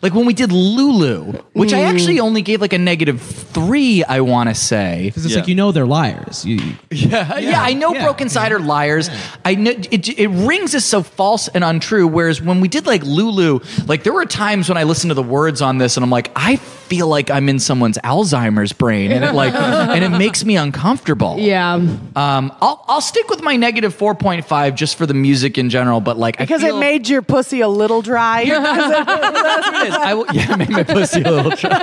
like when we did Lulu, which I actually only gave like a negative three, I want to say.
Because it's
Yeah.
like you know they're liars. You, you-
Uh, Yeah, I know
yeah,
Broken Side are liars. I know it, it rings as so false and untrue. Whereas when we did like Lulu, like there were times when I listened to the words on this and I'm like, I feel like I'm in someone's Alzheimer's brain, and it like and it makes me uncomfortable.
Yeah.
Um, I'll I'll stick with my negative four point five just for the music in general, but like
Because
I
it
feel,
made your pussy a little dry.
That's what it is. [laughs] I will, yeah, make my pussy a little dry.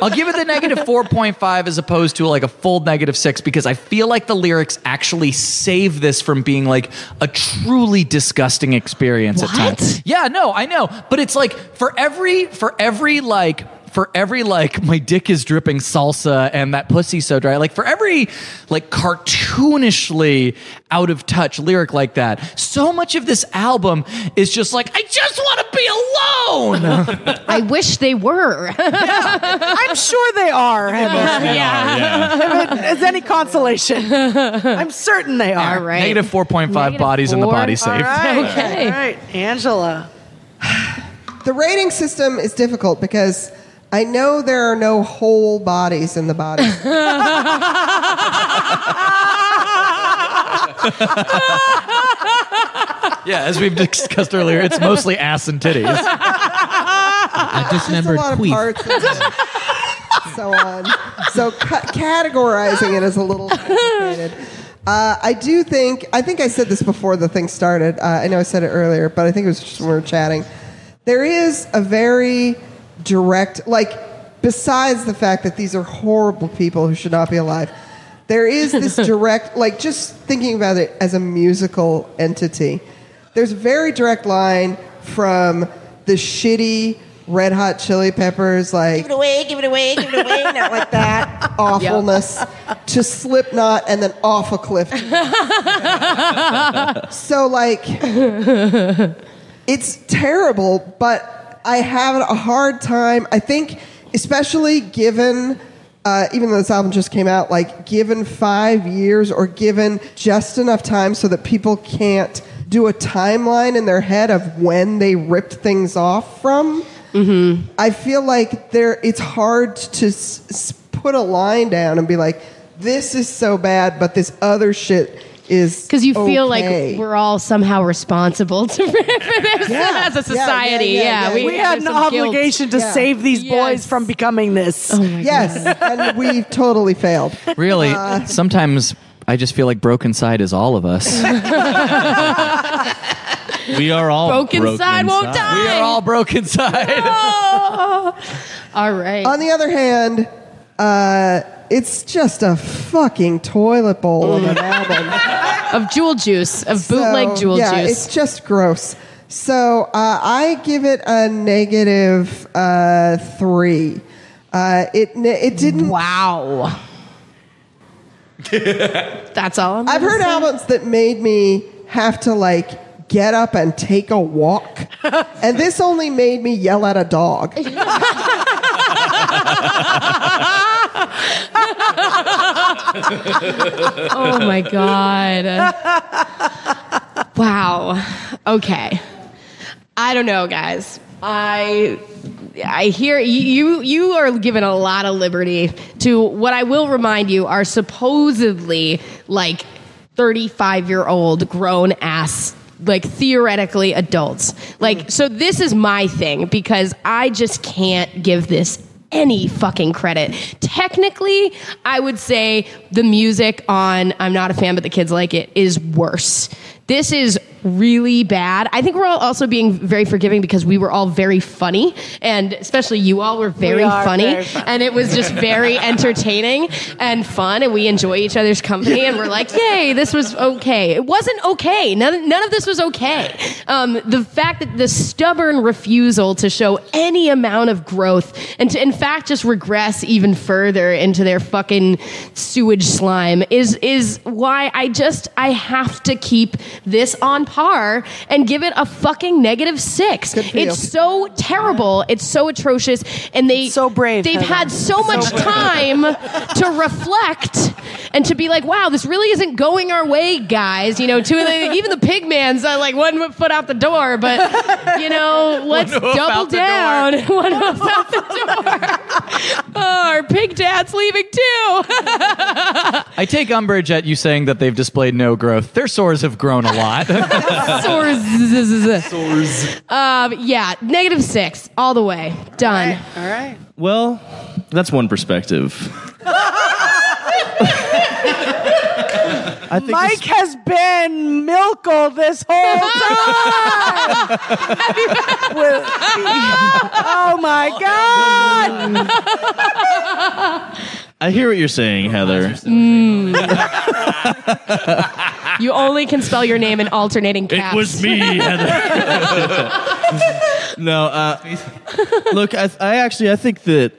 I'll give it the negative four point five as opposed to like a full negative six because I feel like the lyrics actually save this from being like a truly disgusting experience at times. Yeah, no, I know, but it's like for every for every like. For every like, my dick is dripping salsa and that pussy so dry. Like for every like cartoonishly out of touch lyric like that, so much of this album is just like, I just want to be alone.
I wish they were. [laughs]
I'm sure they are. Heather.
yeah.
If it is any consolation, I'm certain they are.
[laughs] All right.
Negative 4.5
Negative
bodies in the
four?
body safe.
All right.
Okay.
All right. Angela.
The rating system is difficult because I know there are no whole bodies in the
[laughs]
body.
Yeah, as we've discussed earlier, it's mostly ass and titties.
I
It's a
dismembered
lot of
queef.
parts.
[laughs]
And so on. So ca- categorizing it is a little complicated. Uh, I do think I think I said this before the thing started. Uh, I know I said it earlier, but I think it was just when we were chatting. There is a very direct, like, besides the fact that these are horrible people who should not be alive. There is this direct, like, just thinking about it as a musical entity. There's a very direct line from the shitty Red Hot Chili Peppers, like
it away, give it away, give it away. Not like that.
awfulness to Slipknot and then off a cliff.
[laughs]
so like, it's terrible, but I have a hard time. I think, especially given. Uh, even though this album just came out, like given five years or given just enough time so that people can't do a timeline in their head of when they ripped things off from,
Mm-hmm.
I feel like there it's hard to s- s- put a line down and be like, this is so bad, but this other shit is
Because you feel
okay."
like we're all somehow responble to [laughs] for this as a
Yeah, yeah,
society. Yeah,
yeah, yeah,
We
there's
had an
some guilt.
obligation to
Yeah.
save these
Yes.
boys from becoming this.
yes,
[laughs]
and we totally failed.
Really, sometimes I just feel like Broken Side is all of [laughs] us. we
We are all
Broken, side won't
inside.
die.
are all Broken Side.
all right.
On the other hand, uh, it's just a fucking toilet
[laughs]
bowl of an album.
of jewel juice, of
So,
bootleg jewel
yeah,
juice.
it's just gross. So uh, I give it a negative uh, three. Uh, it it didn't
Wow. That's all I'm
I've
gonna
heard
say.
albums that made me have to like get up and take
[laughs]
a walk, and this only made me yell at a dog.
Oh my god. wow. Okay. I don't know, guys. I I hear you you are given a lot of liberty to what I will remind you are supposedly like 35-year-old grown ass like theoretically adults. Like so this is my thing because I just can't give this any fucking credit. Technically, I would say the music on I'm Not a Fan, but the Kids Like It is worse. This is really bad. I think we're all also being very forgiving because we were all very funny, and especially you all were very,
are
funny,
very funny.
and it was just very [laughs] entertaining and fun, and we enjoy each other's company, and
[laughs]
we're like, yay, this was okay. It wasn't okay. None, none of this was okay. Um, the fact that the stubborn refusal to show any amount of growth and to, in fact, just regress even further into their fucking sewage slime is is why I just I have to keep this on par and give it a fucking negative six.
Good for you.
It's so terrible. It's so atrocious, and they
So brave,
They've
Heather.
had so much time to reflect and to be like, wow, this really isn't going our way, guys. You know, two of the even the pig man's uh, like one foot out the door, but you know, let's
hoof
double
out the
down. [laughs] one hoof out the door. Oh, our pig dad's leaving too.
[laughs]
[laughs]
I take umbrage at you saying that they've displayed no growth. Their sores have grown a
[laughs]
lot.
Sores. Um, yeah, negative six all the way. Done.
All right.
Well, that's one perspective. I think
Mike has been Milkle this whole [laughs] time. With- oh my God!
I hear what you're saying, Heather.
[laughs] You only can spell your name in alternating caps.
me,
[laughs]
[laughs] Heather. no, uh, look, I, I actually, I think that,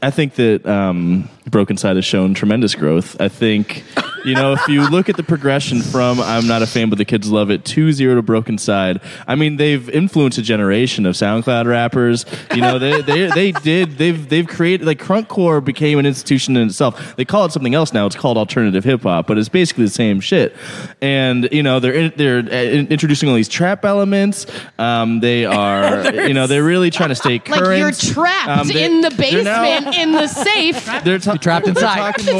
I think that um, Broken Side has shown tremendous growth. I think, you know, if you look at the progression from I'm not a fan, but the kids love it to zero to Broken Side. I mean, they've influenced a generation of SoundCloud rappers. You know, they they, they did they've they've created like Crunkcore became an institution in itself. They call it something else now. It's called alternative hip hop, but it's basically the same shit. And you know, they're in, they're uh, in- introducing all these trap elements. Um, they are you know they're really trying to stay current.
Like you're trapped
Um, they-
in the
they're now-
basement in the safe.
[laughs] they're ta-
trapped inside.
They're talking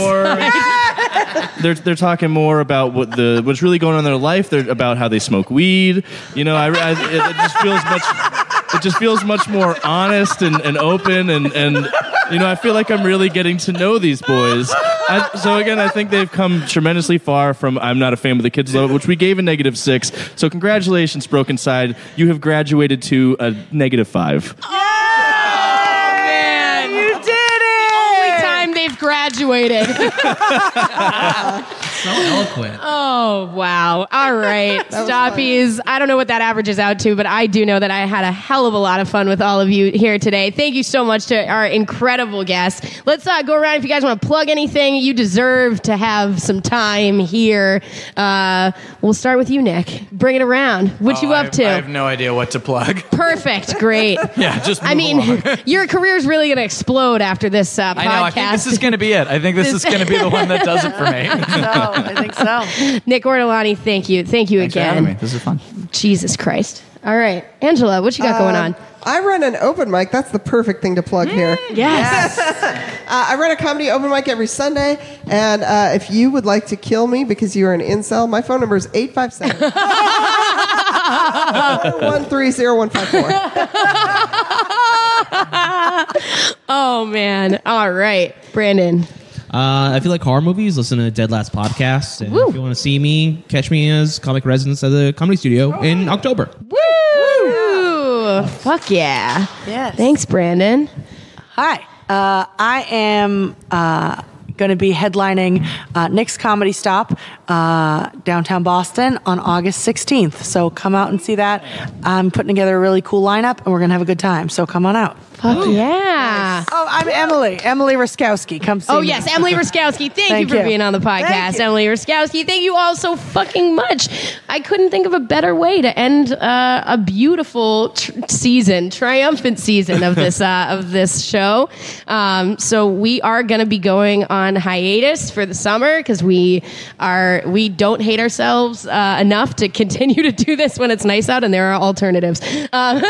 more.
[laughs]
they're they're talking more about what the what's really going on in their life. They're about how they smoke weed. You know, I, I it, it just feels much. It just feels much more honest and, and open and and you know I feel like I'm really getting to know these boys. I, so again, I think they've come tremendously far from I'm not a fan of the kids love it, which we gave a negative six. So congratulations, Broken Side, you have graduated to a negative five.
man.
You did
Only
it!
time they've
[laughs]
graduated.
So eloquent.
Oh wow! All right, stoppies. I don't know what that averages out to, but I do know that I had a hell of a lot of fun with all of you here today. Thank you so much to our incredible guests. Let's uh, go around if you guys want to plug anything. You deserve to have some time here. Uh, we'll start with you, Nick. Bring it around. What you
Oh,
up
I-
to?
I have no idea what to plug.
Perfect.
[laughs]
Great.
[laughs] Yeah, just.
I
move
mean,
along.
[laughs] your career's really going to explode after this uh, podcast.
I know. I think this is going to be it. I think this is going to be the one that does it for
[laughs]
me.
No, I think so.
Nick Ortolani, thank you. Thank you again.
This is fun.
Jesus Christ. All right. Angela, what you got going on?
Um,
Mm,
I run an open mic. That's the perfect thing to plug here.
Yes.
[laughs] Uh, I run a comedy open mic every Sunday, and uh, if you would like to kill me because you are an incel, my phone number is
[laughs]
[laughs] 857 4130154.
Oh, man. All right. Brandon.
Uh, if you like horror movies, listen to Dead Last Podcast. And
Woo.
if you want to see me, catch me as comic residence at the comedy studio in October.
Woo! Fuck yeah.
Yes.
Thanks, Brandon.
Hi. Uh, I am uh, going to be headlining uh, Nick's Comedy Stop uh, downtown Boston on August 16th. So come out and see that. I'm putting together a really cool lineup, and we're going to have a good time. So come on out.
Fuck yeah.
Oh, I'm Emily. Emily Raskowski. Come see
Oh,
me.
yes. Emily Raskowski. Thank,
Thank
you for
you.
being on the podcast,
Thank you.
Emily Raskowski. Thank you all so fucking much. I couldn't think of a better way to end uh, a beautiful tr- season, triumphant season of this uh, of this show. Um, so we are going to be going on hiatus for the summer because we are we don't hate ourselves uh, enough to continue to do this when it's nice out and there are alternatives. Um,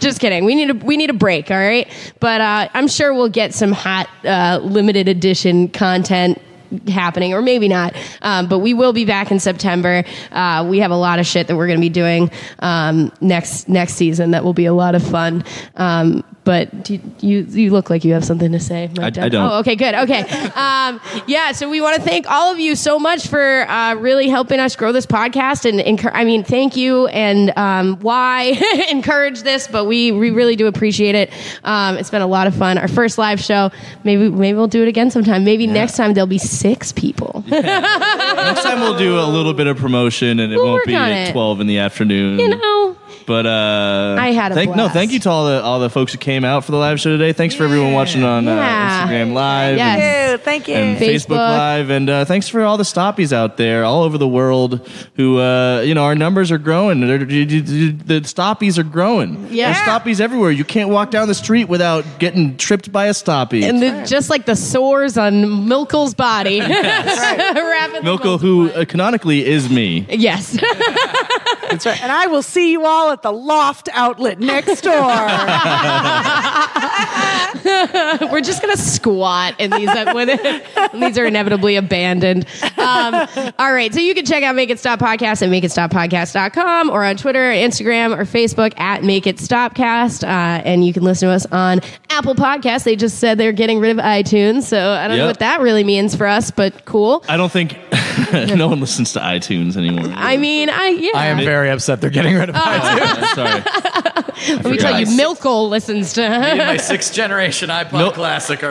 just kidding. We need a we need a break, all right? But uh, I'm sure we'll get some hot uh, limited edition content happening or maybe not um, but we will be back in september uh, we have a lot of shit that we're going to be doing um, next next season that will be a lot of fun um, But do you, you look like you have something to say. Mike
I- I
Dunn.
don't.
Oh, okay, good. Okay. Um, yeah, so we want to thank all of you so much for uh, really helping us grow this podcast. And encour- I mean, thank you and um, why [laughs] encourage this, but we, we really do appreciate it. Um, it's been a lot of fun. Our first live show. Maybe maybe we'll do it again sometime. Maybe next time there'll be six people.
Next time we'll do a little bit of promotion, and it
We'll
won't
work
be
on
at
it.
twelve in the afternoon.
you know.
But uh,
I had a
thank, no.
blast.
Thank you to all the all the folks who came out for the live show today. Thanks for everyone watching on
Yeah.
uh, Instagram Live.
Yes.
and-
Thank you. Thank you.
and Facebook,
Facebook.
Live, and uh, thanks for all the stoppies out there, all over the world. Who, uh, you know, our numbers are growing. They're- d- d- d- The stoppies are growing.
Yeah.
There's stoppies everywhere. You can't walk down the street without getting tripped by a stoppie.
And the, just like the sores on Milkel's body. [laughs] Rapidly
Milko,
[laughs]
who uh, canonically is me.
Yes.
That's right. And I will see you all at the loft outlet next door.
We're just gonna squat, and these uh, when, when these are inevitably abandoned. Um, all right, so you can check out Make It Stop Podcast at makeitstoppodcast.com or on Twitter, Instagram, or Facebook at Make It Stopcast, uh, and you can listen to us on Apple Podcasts. They just said they're getting rid of iTunes, so I don't know
Yep.
what that really means for us, but cool.
I don't think [laughs] no one listens to iTunes anymore.
I
[laughs]
mean, I yeah.
I am very upset they're getting rid of
Oh,
iTunes.
Uh,
[laughs]
sorry.
Let me tell you,
Guys.
Milkel listens to.
My sixth generation iPod Classic.
[laughs]
Or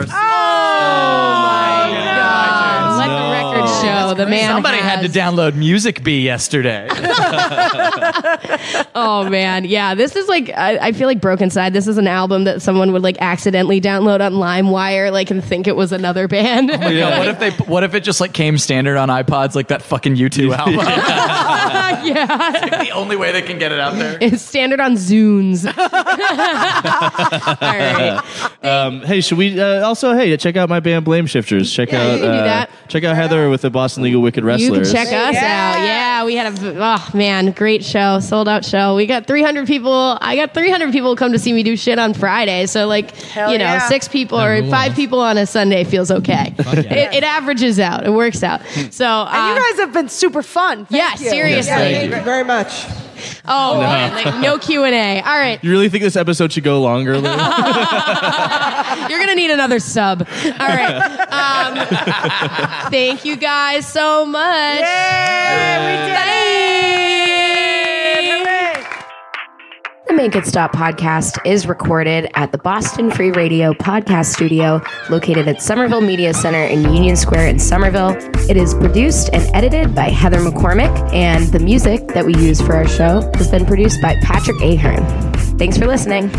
Let the record show the man.
somebody had to
has-
download Music Bee yesterday.
[laughs] Oh man, yeah. This is like I, I feel like Broken Side. This is an album that someone would like accidentally download on LimeWire, like and think it was another band. [laughs]
Yeah, uh, what if they? What if it just like came standard on iPods, like that fucking [laughs] U2 album?
yeah,
the only way they can get it out there.
it's standard on Zunes. All right,
Um, hey, should we uh, also hey check out my band Blame Shifters? Check
Yeah, you can
out
do
uh,
that.
check out Heather with the Boston League of Wicked
you can
Wrestlers.
check us out. Yeah, we had a oh man, great show, sold out show. We got 300 people. I got 300 people come to see me do shit on Friday. So like you know,
yeah.
six people
That
or
rules.
five people on a Sunday feels okay.
Fuck yeah.
it, it averages out. It works out. So
you
uh,
guys have been super fun. Thank
Yeah,
you.
seriously.
Thank you very much.
Oh, man, like, no Q and A. All right,
You really think this episode should go longer?
[laughs]
Lou?
you're gonna need another sub. All right. Um, thank you guys so much. Thanks.
The Make It Stop podcast is recorded at the Boston Free Radio podcast studio located at Somerville Media Center in Union Square in Somerville. It is produced and edited by Heather McCormick, and the music that we use for our show has been produced by Patrick Ahern. Thanks for listening.